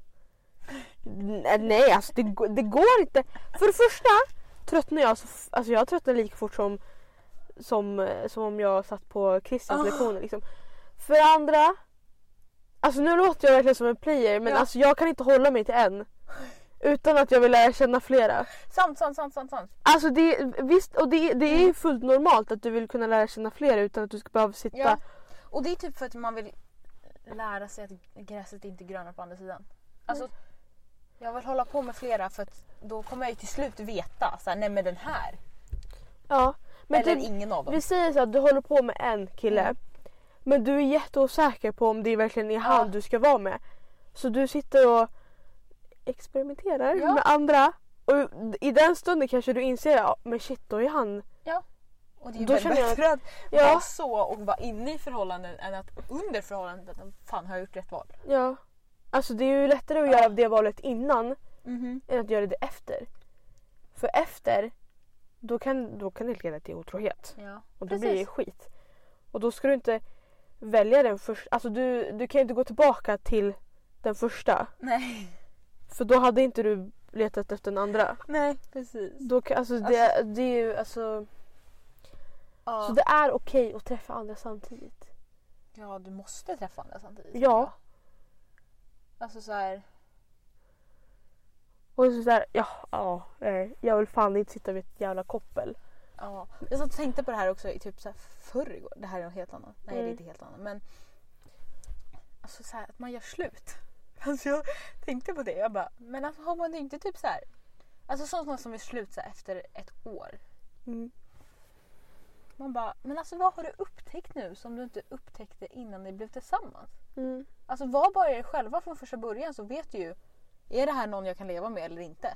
Nej, nej alltså det, går- det går inte. För det första tröttnar jag, så, f- alltså jag tröttnar lika fort som, som, eh, som om jag satt på Christians Ah. lektioner. Liksom. För det andra, alltså nu låter jag verkligen som en player men Ja. alltså jag kan inte hålla mig till en. Utan att jag vill lära känna flera. Sant, sant, sant, sant, sant. Alltså det, visst, och det, det Mm. är ju fullt normalt att du vill kunna lära känna flera utan att du ska behöva sitta Ja. Och det är typ för att man vill lära sig att gräset inte är grönare på andra sidan. Alltså, Mm. jag vill hålla på med flera för att då kommer jag ju till slut veta. Så här, nej men den här. Ja, men eller typ, ingen av dem. vi säger så att du håller på med en kille. Mm. Men du är jätteosäker på om det verkligen är han Ja. du ska vara med. Så du sitter och experimenterar Ja. med andra. Och i den stunden kanske du inser ja men shit då är han... Och det är ju då väl känner jag- bättre att vara Ja, så och vara inne i förhållanden än att under förhållandet. Fan har jag gjort rätt val? ja. Alltså det är ju lättare att Ja. göra det valet innan än att göra det efter. För efter, då kan, då kan det leda till otrohet. Ja. Och då Precis. blir det skit. Och då ska du inte välja den första. Alltså du, du kan ju inte gå tillbaka till den första. Nej. För då hade inte du letat efter den andra. Nej precis. Då kan, alltså det, det är ju alltså. Ja. Så det är okej att träffa andra samtidigt. ja du måste träffa andra samtidigt. Ja. tror jag. Alltså så här. Och så där, ja, ja, nej, jag vill fan inte sitta vid ett jävla koppel. Ja. Jag satt och tänkte på det här också i typ så här förr igår. Det här är något helt annat. Nej det Mm. är inte helt annat men. Alltså så här att man gör slut. Alltså jag tänkte på det. Jag bara men alltså har man inte typ så här. Alltså sådana som är slut så här, efter ett år. Mm. Man bara men alltså vad har du upptäckt nu som du inte upptäckte innan ni blev tillsammans? Mm. Alltså var bara er själva från första början så vet du ju. Är det här någon jag kan leva med eller inte?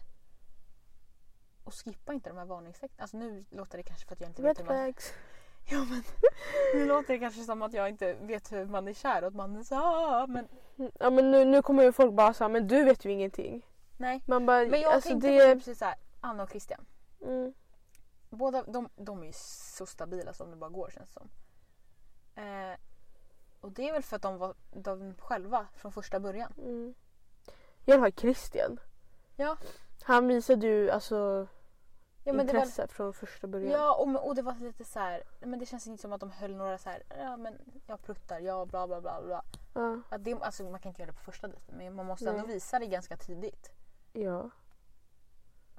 Och skippa inte de här varningstecknen. Alltså nu låter det kanske för att jag inte Red vet hur man flags. Ja men nu låter det kanske som att jag inte vet hur man är kär och att man är så "Ah", men Mm, Ja men nu, nu kommer ju folk bara säga men du vet ju ingenting. nej. Man bara, Men jag alltså tänkte det... på typ så här, Anna och Christian. Mm. Båda de, de är ju så stabila som det bara går känns det som. Eh, och det är väl för att de var de själva från första början. Mm. I alla fall Christian. Ja. Han visade ju alltså Ja, men det var, intresse från första början. ja och, men- och det var lite så här, men det känns inte som att de höll några så här, ja men jag pruttar, ja bla bla bla bla. Ja. Att det, alltså, man kan inte göra det på första dejten men man måste Nej. ändå visa det ganska tidigt. ja.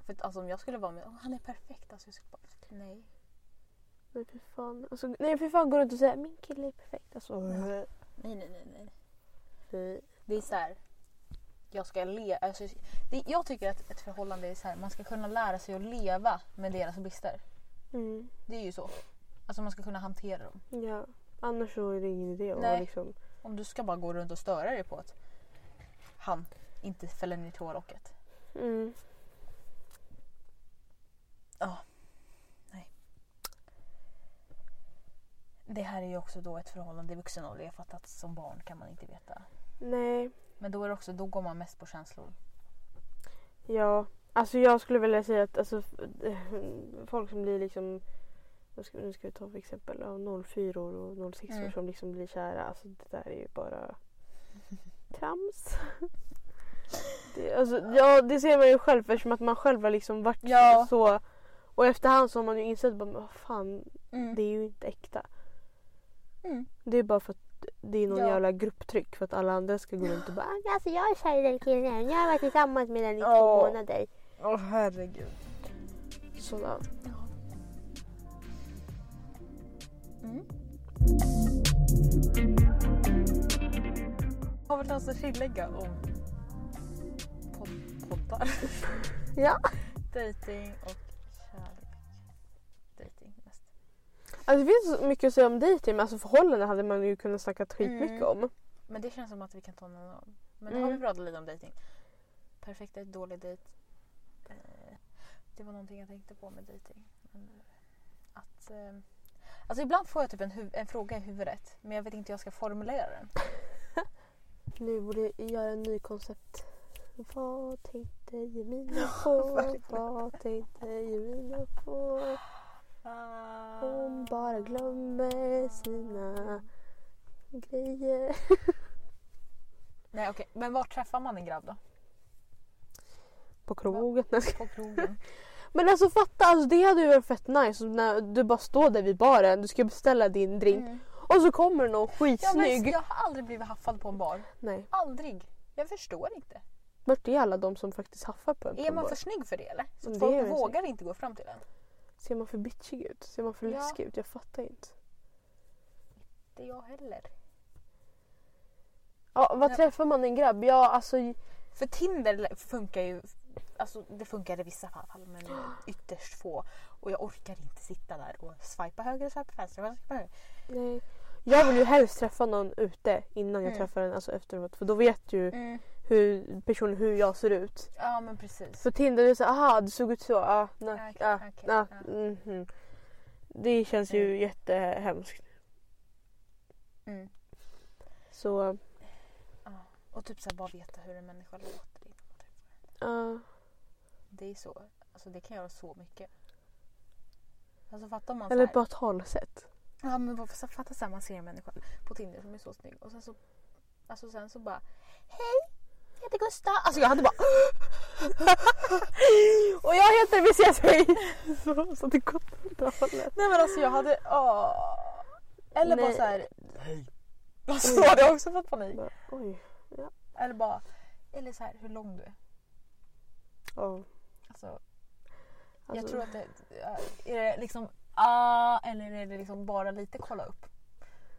För att, alltså, om jag skulle vara med, "Åh, han är perfekt, alltså, jag skulle bara, nej. Men fy fan. Alltså, nej fy fan går runt och säger min kille är perfekt. Alltså. Nej. Nej nej nej nej. Nej. Det är så här. Jag ska le, alltså, det, jag tycker att ett förhållande är så här, man ska kunna lära sig att leva med deras brister. Mm. Det är ju så. Alltså man ska kunna hantera dem. Ja. Annars så är det ingen idé att Nej. vara liksom. Om du ska bara gå runt och störa dig på att han inte fäller ner toalocket. Mm. Det här är ju också då ett förhållande i vuxen ålder. Jag fattar att som barn kan man inte veta. Nej. Men då, är det också, då går man mest på känslor. Ja, alltså jag skulle vilja säga att alltså, folk som blir liksom nu ska, nu ska vi ta för exempel ja, 04 och 06 Mm. som liksom blir kära. Alltså det där är ju bara trams. det, alltså, ja, det ser man ju själv eftersom att man själv har liksom varit Ja. Mm. så. Och efterhand så har man ju insett bara, men vad fan, det Det- är ju inte äkta. Mm. Det är bara för att det är någon Ja. jävla grupptryck för att alla andra ska gå runt och bara alltså jag är kär i den killen, jag har varit tillsammans med den i två Ja. månader. Åh herregud. Sådär. Mm. Har vi något att tillägga om pod- poddar? Ja. Dating och kärlek. Dating mest. Alltså, det finns så mycket att säga om dejting men alltså förhållanden hade man ju kunnat snacka skitmycket Mm. om. Men det känns som att vi kan ta någon av. Men Mm. har vi pratat lite om dating. Perfekt dejt, dålig dejt. Eh, Det var någonting jag tänkte på med dating. eh, Att, eh, alltså ibland får jag typ en, huv- en fråga i huvudet men jag vet inte hur jag ska formulera den. Nu borde jag göra en ny koncept. Vad tänkte Jemina på? Vad tänkte Jemina på? Hon bara glömmer sina grejer. Nej okej, men var träffar man en grabb då? På krogen. Nej, jag skojar. På krogen? Men alltså fatta, alltså, det hade ju varit fett nice om när du bara står där vid baren, du ska beställa din drink Mm. och så kommer någon Ja, men, skitsnygg. jag har aldrig blivit haffad på en bar. Nej, Aldrig. Jag förstår inte. vart är alla de som faktiskt haffar på en på Är en man bar? för snygg för det eller? Så Det att är jag folk inte. vågar inte gå fram till en. Ser man för bitchig ut? Ser man för Ja. läskig ut? Jag fattar inte. Inte jag heller. Ja, vad Ja. träffar man en grabb? Ja, alltså... För Tinder funkar ju, alltså det funkar i vissa fall men ytterst få. Och jag orkar inte sitta där och swipa höger, swipa vänster, swipa höger. Nej. Jag vill ju helst träffa någon ute innan jag Mm. träffar den, alltså efteråt. För då vet ju hur, personen hur jag ser ut. Ja men precis. För Tinder är det så aha du såg ut så. Ah, nej, Okej, ah, okej, ah, ja. mhm. Det känns ju Mm. jättehemskt. Mm. Så, Och typ såhär bara veta hur en människa låter. innan man träffar. ja. Det är så, alltså det kan göra så mycket. Alltså fattar man eller såhär. bara talsätt. Ja men varför så- fatta såhär man ser en människa på Tinder som är så snygg och sen så, alltså sen så bara Hej! Jag heter Gustav. Alltså jag hade bara Och jag heter vi ses hej! Så, så det går åt andra hållet. Nej men alltså jag hade... Åh. Eller bara Nej. såhär... Hej. Alltså då hade jag också fått panik. Bara, Oj. Eller bara... Eller såhär hur lång du är. Ja. Alltså, jag Alltså, tror att det... Är det liksom ah eller är det liksom bara lite kolla upp?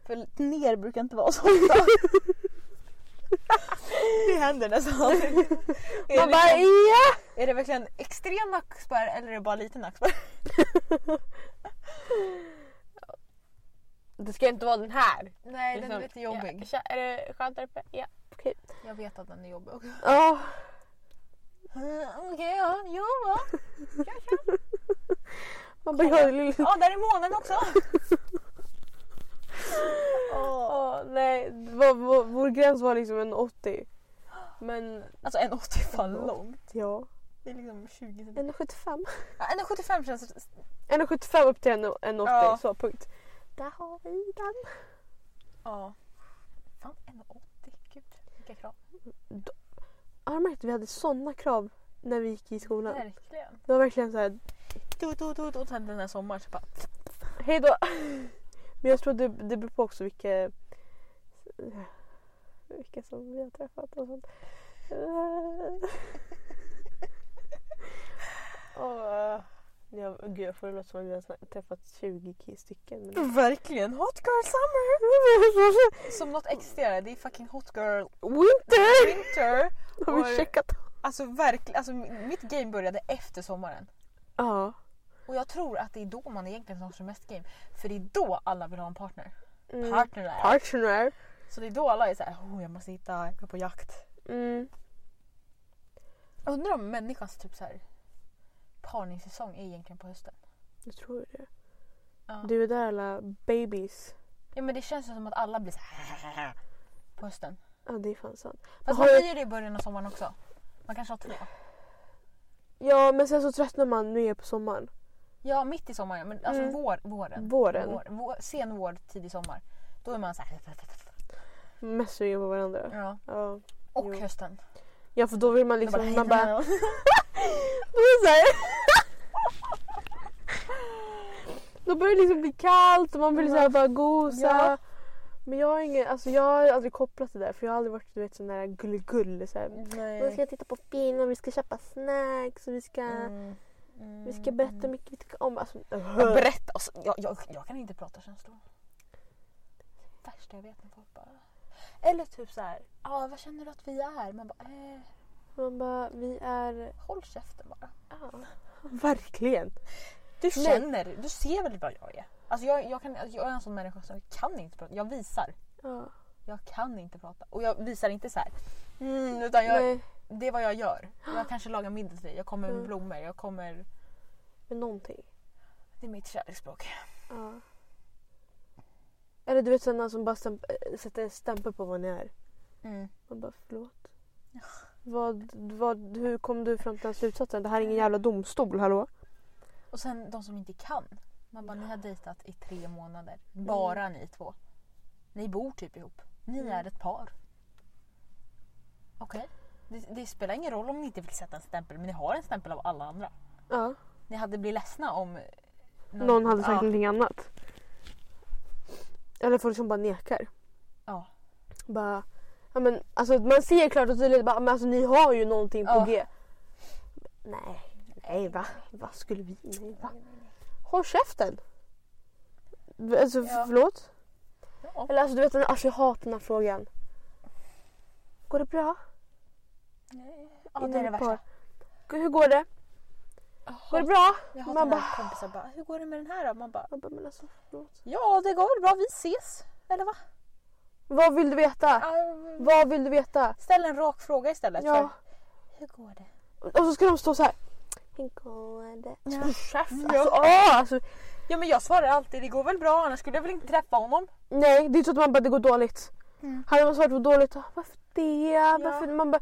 För ner brukar inte vara så ofta. det händer nästan aldrig. Är, det Man bara liksom, ja! är det verkligen extrem nackspärr eller är det bara lite nackspärr? Det ska inte vara den här. Nej Liksom, Ja, tja, är det skönt där uppe? Ja. Okej. Jag vet att den är jobbig också. Ja. Mm, Okej, ja, jo va. Kör, kör. Man bara gör det lite... Ja, där är månen också. Åh, nej, vår, vår, vår gräns var liksom en 80. Men Alltså en 80 är fan långt. ja. Det är liksom 20 centimeter. 1,75. Ja, 1,75 känns... 1,75 upp till 1,80. Ja. Så punkt. Där har vi den. Ja. Fan 1,80. Gud vilka krav. Har du märkt att vi hade sådana krav när vi gick i skolan? Verkligen. Det var verkligen så här, Du, du, du, du. Och sen den här sommaren så bara... hej då. Men jag tror det, det beror på också vilka, vilka som vi har träffat och sånt. Åh, jag, gud, jag får det låta som att vi har sna- träffat 20 ki- stycken. Men... Verkligen hot girl summer. Som något extra det är fucking hot girl Winter! winter. Har vi Var- checkat? Alltså verkligen, alltså mitt game började efter sommaren. Ja. Och jag tror att det är då man egentligen har som mest game. För det är då alla vill ha en partner. Mm. Partner är. Partner. Så det är då alla är såhär, oh, jag måste hitta, jag är på jakt. Mm. Jag undrar om människans typ så här, parningssäsong är egentligen på hösten. Jag tror det. Ja. Det är ju där alla babies. Ja men det känns ju som att alla blir så här på hösten. Ja, det är fan sant. Fast Alltså, Har man jag- blir ju det i början av sommaren också. Man kanske har två. Ja, men sen så tröttnar man nu är på sommaren. Ja mitt i sommaren, men alltså Mm. vår, våren. Våren. Vår, vår, sen vår, tidig sommar. Då är man så här. Mest sugen på varandra. Ja. Ja. Och Jo. hösten. ja, för då vill man Då liksom... bara, man bara... "Hej då." Då, är det så här. då börjar det liksom bli kallt och man vill så här bara gosa. Ja. Men jag har, ingen, alltså jag har aldrig kopplat det där för jag har aldrig varit du vet, sån där gull-gull. Så här. Vi Nej. ska titta på film och vi ska köpa snacks och vi ska, Mm. Mm. vi ska berätta hur mycket vi tycker om. Alltså, Ja, Berätta! Alltså, jag, jag, jag kan inte prata känslor. Värsta jag vet när folk bara... Eller typ så här, ah, vad känner du att vi är? Man bara, eh, Man bara, vi är... håll käften bara. Ja. Verkligen. Du Nej. känner, du ser väl vad jag är? Alltså jag, jag, kan, alltså, jag är en sån människa som kan inte prata. Jag visar. Ja. Jag kan inte prata. Och jag visar inte så här. Mm, utan jag, Nej, det är vad jag gör. Jag kanske lagar middag till dig. Jag kommer med Mm. blommor. Jag kommer... men någonting. Det är mitt kärleksspråk. Ja. Eller du vet sådana som bara stämp- äh, sätter en stämpel på vad ni är. Mm. Man bara förlåt. Vad, vad, hur kom du fram till den slutsatsen? Det här är ingen jävla domstol, hallå? Och sen de som inte kan. Man bara, ni har dejtat i tre månader. Mm. Bara ni två. Ni bor typ ihop. Ni Mm. är ett par. Okej. Det, det spelar ingen roll om ni inte vill sätta en stämpel, men ni har en stämpel av alla andra. Ja. Ni hade blivit ledsna om Någon hade sagt ja. någonting annat. Eller folk som bara nekar. Ja. Bara, ja men alltså man ser klart och tydligt bara, men alltså ni har ju någonting på Ja. G. Nej, nej va? Vad skulle vi? Nej va? Håll käften! Alltså Ja. förlåt? Ja. Eller alltså du vet, alltså jag hatar den här frågan. Går det bra? Ja, det Inom är det ett par. värsta. G- Hur går det? Går det bra? Jag hatar Man när bara- kompisar bara, hur går det med den här då? Man bara, Jag bara, men alltså förlåt. ja det går väl bra, vi ses. Eller va? Vad vill du veta? Ah, Vad vill du veta? Ställ en rak fråga istället Ja. för, hur går det? Och så ska de stå så här. Hur går det? Ja. Alltså, åh, alltså, ja men jag svarar alltid, det går väl bra annars skulle jag väl inte träffa honom. nej, det är inte så att man bara det går dåligt. Mm. Hade man svarat på dåligt, ah, varför det? Varför? Man bara,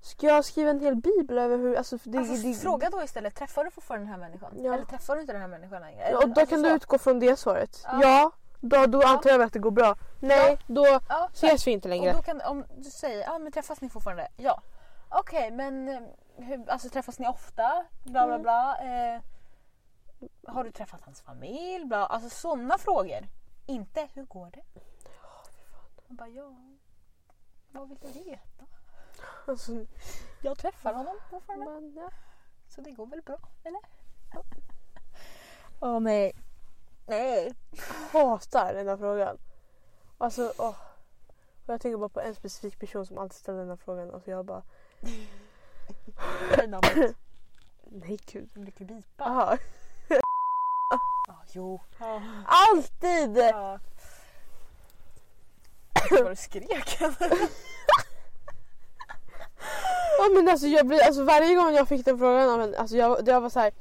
ska jag skriva en hel bibel över hur... Alltså, för det, Alltså, det, fråga då istället, träffar du fortfarande den här människan? Ja. Eller träffar du inte den här människan längre? Ja, Eller, Och då alltså, kan du så. utgå från det svaret. Ja, Ja. då, då antar jag väl att det går bra. Nej, då Ja, ses vi inte och längre. då kan, om du säger, ja men träffas ni fortfarande? Ja. Okej men eh, hur, alltså träffas ni ofta? Bla bla Mm. bla. Eh, har du träffat hans familj? Bla, alltså sådana frågor. Inte hur går det? Man bara ja. Vad vill du veta? Alltså, Jag träffar honom fortfarande. man, ja. Så det går väl bra, eller? Åh nej. Nej. hatar den här frågan. Alltså, åh. Och jag tänker bara på en specifik person som alltid ställer den här frågan. Alltså jag bara, nej gud. Vill du bipa? Aha. Ja, jo. Alltid! Ja. Vad du skrek. Ja, men alltså, jag blir, alltså, varje gång jag fick den frågan, av en- alltså, jag, jag var så här,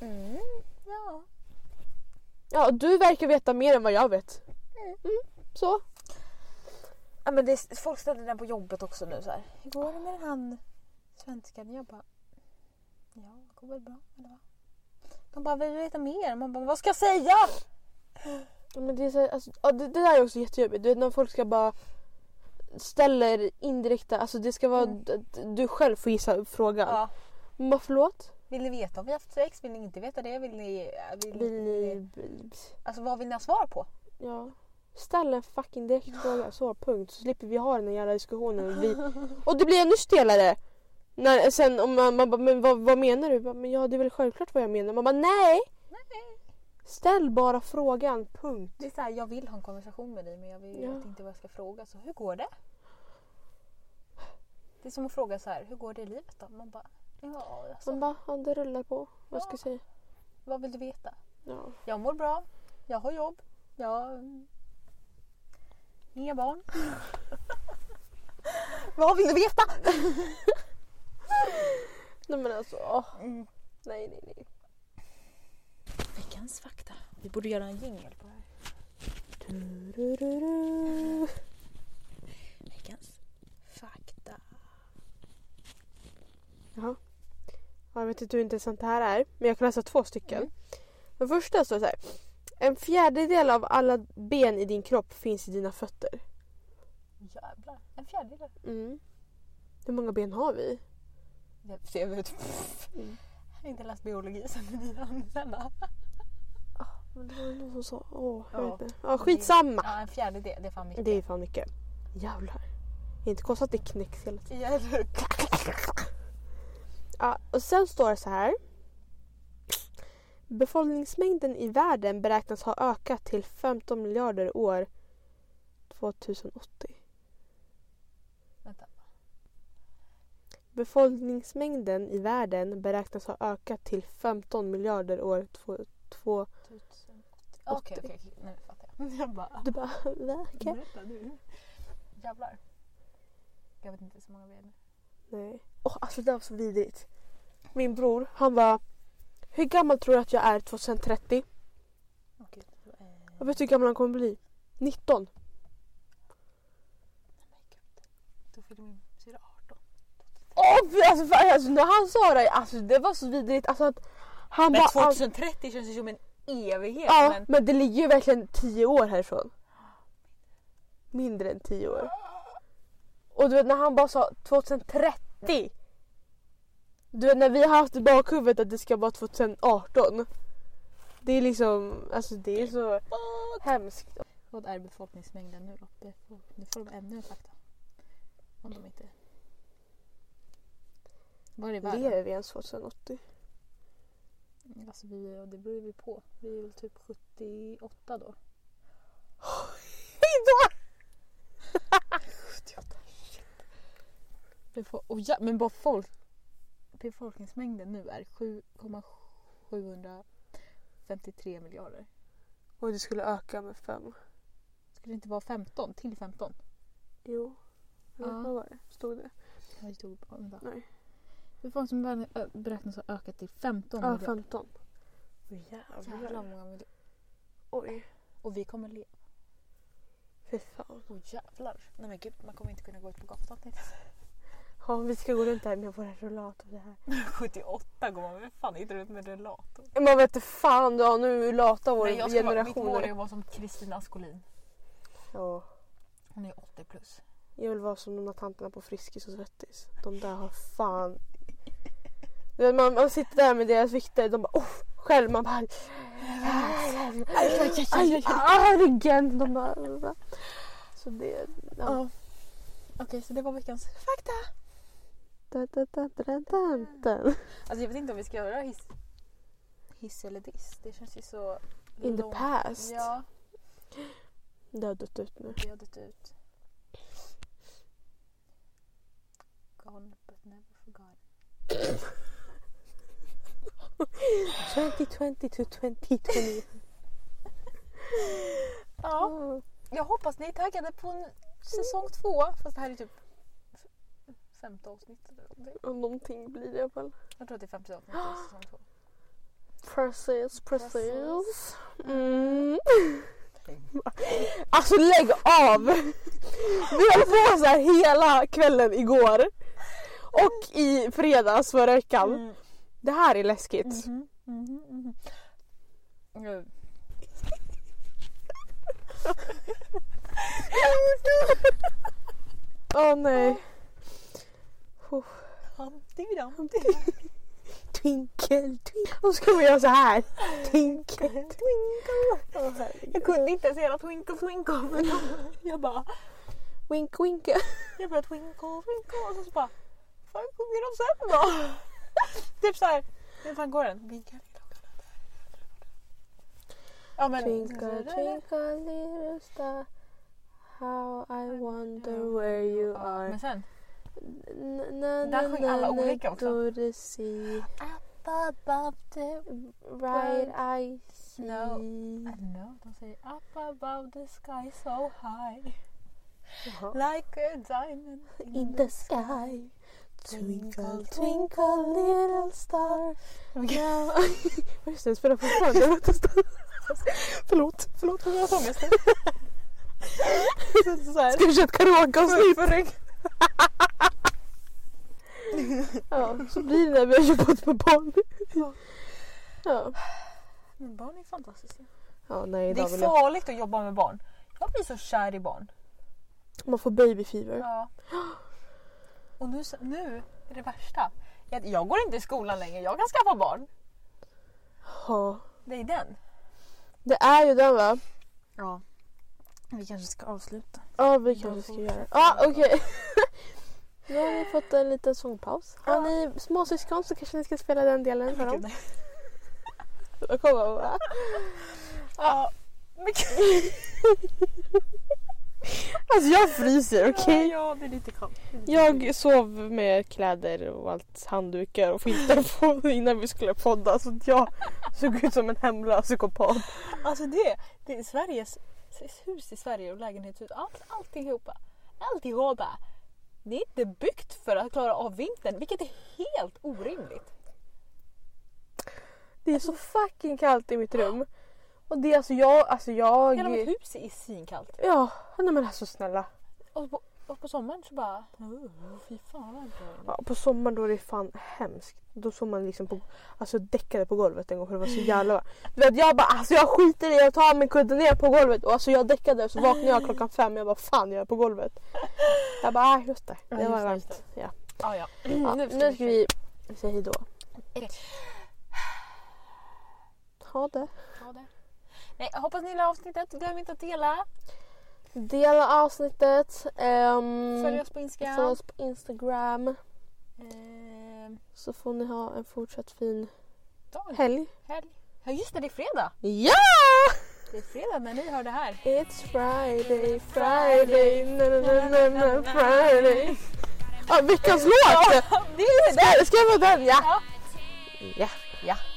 Mm, ja. ja du verkar veta mer än vad jag vet. Mm. Mm, så. ja men det är, folk ställer den på jobbet också nu så här. Hur går det med den han svenskan. Jag bara, ja det går väl bra eller vad? De bara, vi vill veta mer. Man bara, vad ska jag säga? Men det, är så här, alltså, ja, det, det där är också jättejobbigt. Du vet när folk ska bara ställer indirekta, alltså det ska vara Mm. d- d- du själv får gissa frågan. Ja. Men bara förlåt? Vill ni veta om vi har haft sex? Vill ni inte veta det? Vill ni, vill, Vill ni... b- Alltså vad vill ni ha svar på? Ja. Ställ en fucking direkt fråga, så punkt. Så slipper vi ha den här jävla diskussionen. Vi... Och det blir ännu stelare! När, sen om man, man bara, men vad, vad menar du? Bara, Men ja, det är väl självklart vad jag menar. Man bara, nej! Ställ bara frågan, punkt. Det är så här, jag vill ha en konversation med dig men jag vill, Ja. vet inte vad jag ska fråga. Så hur går det? Det är som att fråga så här, hur går det i livet då? Man bara, ja alltså, Man bara, ja, det rullar på. Vad ska Ja. jag säga? vad vill du veta? Ja. Jag mår bra, jag har jobb, jag... mm, Inga barn. vad vill du veta? Nej men alltså, åh, Mm. nej nej nej. Veckans fakta. Vi borde göra en jingel på det här. Du-du-du-du. Veckans fakta. Ja, jag vet inte hur intressant det här är, men jag kan läsa två stycken. Den första står så här. En fjärdedel av alla ben i din kropp finns i dina fötter. Jävlar, en fjärdedel. Mm. Hur många ben har vi? Det ser vi ut. Mm. Jag har inte läst biologi sen vi använde. Men det var ju någon som sa, åh, jag Ja. vet inte. Ja, skitsamma. Ja, en fjärdedel. Det är fan mycket. Det är fan mycket. Jävlar. Det är inte konstigt att det knäcks hela tiden. Ja, eller hur? Ja, och sen står det så här. Befolkningsmängden i världen beräknas ha ökat till 15 miljarder år 2080. Vänta. Befolkningsmängden i världen beräknas ha ökat till 15 miljarder år 2000. 2080. Okej, okej, okej. Nu fattar jag. Jag bara... Du bara, va? Okej. Berätta du. Jävlar. Jag vet inte så många vi är nu. Nej. Åh, alltså det där var så vidrigt. Min bror, han var Hur gammal tror du att jag är 2030? Okej. eh, Jag vet du hur gammal han kommer bli? 19. nej, gud. Då fyller min syrra 18. Åh, fy, alltså, fan, alltså när han sa det, alltså det var så vidrigt. Alltså att han Men bara... alltså, 2030 känns ju som en evighet. ja, Men... men det ligger ju verkligen 10 år härifrån. Mindre än 10 år. Och du vet när han bara sa 2030. Du vet när vi har haft i bakhuvudet att det ska vara 2018. Det är liksom, alltså det är så hemskt. Vad är befolkningsmängden nu då? Befol- Nu får de ännu en fakta. Om de inte... Var är världen? Lever vi ens 2080? Alltså vi, ja, det beror ju vi på. Vi är väl typ 78 då. Hejdå! Befo- oh ja, men bara folk... Befolkningsmängden nu är 7,753 miljarder. Och det skulle öka med fem. Skulle det inte vara 15? Till 15? Jo. Ja. Vad var det? Stod det? Jag tog på undan. Nej. Befolkningsmängden ö, beräknas ha ökat till 15 Ja, miljarder. 15. Jävlar Jävlar. många miljarder. Oj. Och vi kommer leva. Fy fan. Åh jävlar. Nej men gud, man kommer inte kunna gå ut på gatan. tänkte Ja, vi ska gå runt här med våra rullator. Det här. jag säga. 78 går man väl fan inte runt med rullator. Man vet inte fan då, nu är lata vår Nej, jag ska vara, mitt generation. mål är Vara, att vara som Kristina Askolin. Hon är 80 plus. Jag vill vara som de där tanterna på Friskis och Svettis. De där har fan... Du vet, Man, man sitter där med deras vikter. De bara oh, själv. Man bara... "Aj, aj, aj, Argen! De bara... "Va?" Så det... Ja. Ja. Okej, så det var veckans fakta. Da, da, da, da, da, da. Alltså jag vet inte om vi ska göra hiss, hiss eller diss. Det känns ju så... In the långt- past. Ja, Det har dött ut nu. vi har dött ut. Gone but never forgotten. 2020 to 2020. Ja, Mm. jag hoppas ni är taggade på en säsong två. Fast det här är typ f- femte avsnittet eller någonting. Och någonting blir det i alla fall. Jag tror att det är femte avsnittet av säsong två. Precis, precis. Precis. Mm. Alltså lägg av! Vi höll på så här hela kvällen igår. och i fredags förra veckan. Mm. Det här är läskigt. Mhm, mhm, mhm. Nu. Åh nej. Hamtividamti. Twinkel, twinkel. Och så kan man göra så här. Twinkel, twinkel. Åh, herregud. Jag kunde inte ens göra twinkle twinkle. men Jag bara, Wink, wink. jag började twinkle twinkle och så, så bara, fan sjunger de sen då? typ såhär, hur fan går den? Vinka lilla Ja men. Twinkle, twinkle little star How I wonder where you are Men sen. N- na- Där na- sjöng alla na- olika också. to the sea Up above the... Right I see No. I don't know, de säger up above the sky so high. Jaha. Like a diamond In the sky Twinkle, twinkle little star Now Just det, den spelar fortfarande. Jag vet inte. Förlåt, förlåt. Hur många sånger ska det? Såhär. Ska vi köra ett karaokeavsnitt? Förrygg. Ja, så blir det när vi har jobbat med barn. Ja. Ja. Men barn är fantastiska. Ja, nej, Det idag är vill jag... farligt att jobba med barn. Jag blir så kär i barn. Man får babyfever. Ja. Och nu, nu är det värsta. Jag, jag går inte i skolan längre, jag kan skaffa barn. Ja. Det är den. Det är ju den va? Ja. Vi kanske ska avsluta. Ja vi kanske ska göra det. Ja okej. Nu har vi fått en liten sångpaus. Har ni småsyskon så kanske ni ska spela den delen för dem. Då kommer de bara, Ja. Men Alltså jag fryser okej. Ja, det är lite kallt. Jag sov med kläder och allt handdukar och filtar på innan vi skulle podda så att jag såg ut som en hemlös psykopat. Alltså det, det är Sveriges hus i Sverige och lägenhetshus. Allt, alltihopa. Alltihopa. Det är inte byggt för att klara av vintern, vilket är helt orimligt. Det är så fucking kallt i mitt rum. Och det är alltså jag, alltså jag... Hela mitt hus är svinkallt. Ja, nej men alltså snälla. Och på, och på sommaren så bara... Oh, fy fan vad varmt det är. Ja, på sommaren då är det fan hemskt. Då såg man liksom på, alltså däckade på golvet en gång för det var så jävla varmt. Du vet jag bara alltså jag skiter i det, jag tar min kudde ner på golvet och alltså jag däckade och så vaknade jag klockan fem jag bara fan jag är på golvet. Jag bara ah, just det, Ja, det just var det, just varmt. Ja. Ah, ja. Ja, nu ska nu vi ska vi säga hejdå. Ha det. Ja, det. Nej, jag hoppas ni gillar avsnittet. Glöm inte att dela. Dela avsnittet. ehm, Följ oss på Instagram. följ oss på Instagram. Ehm, Så får ni ha en fortsatt fin dag, helg. helg. Ja just det, det är fredag. Ja! Det är fredag när ni hör det här. It's Friday, Friday, na na na na Friday. Ja, veckans låt! det är Ska, ska jag vara den? Ja. Ja. Ja. Ja.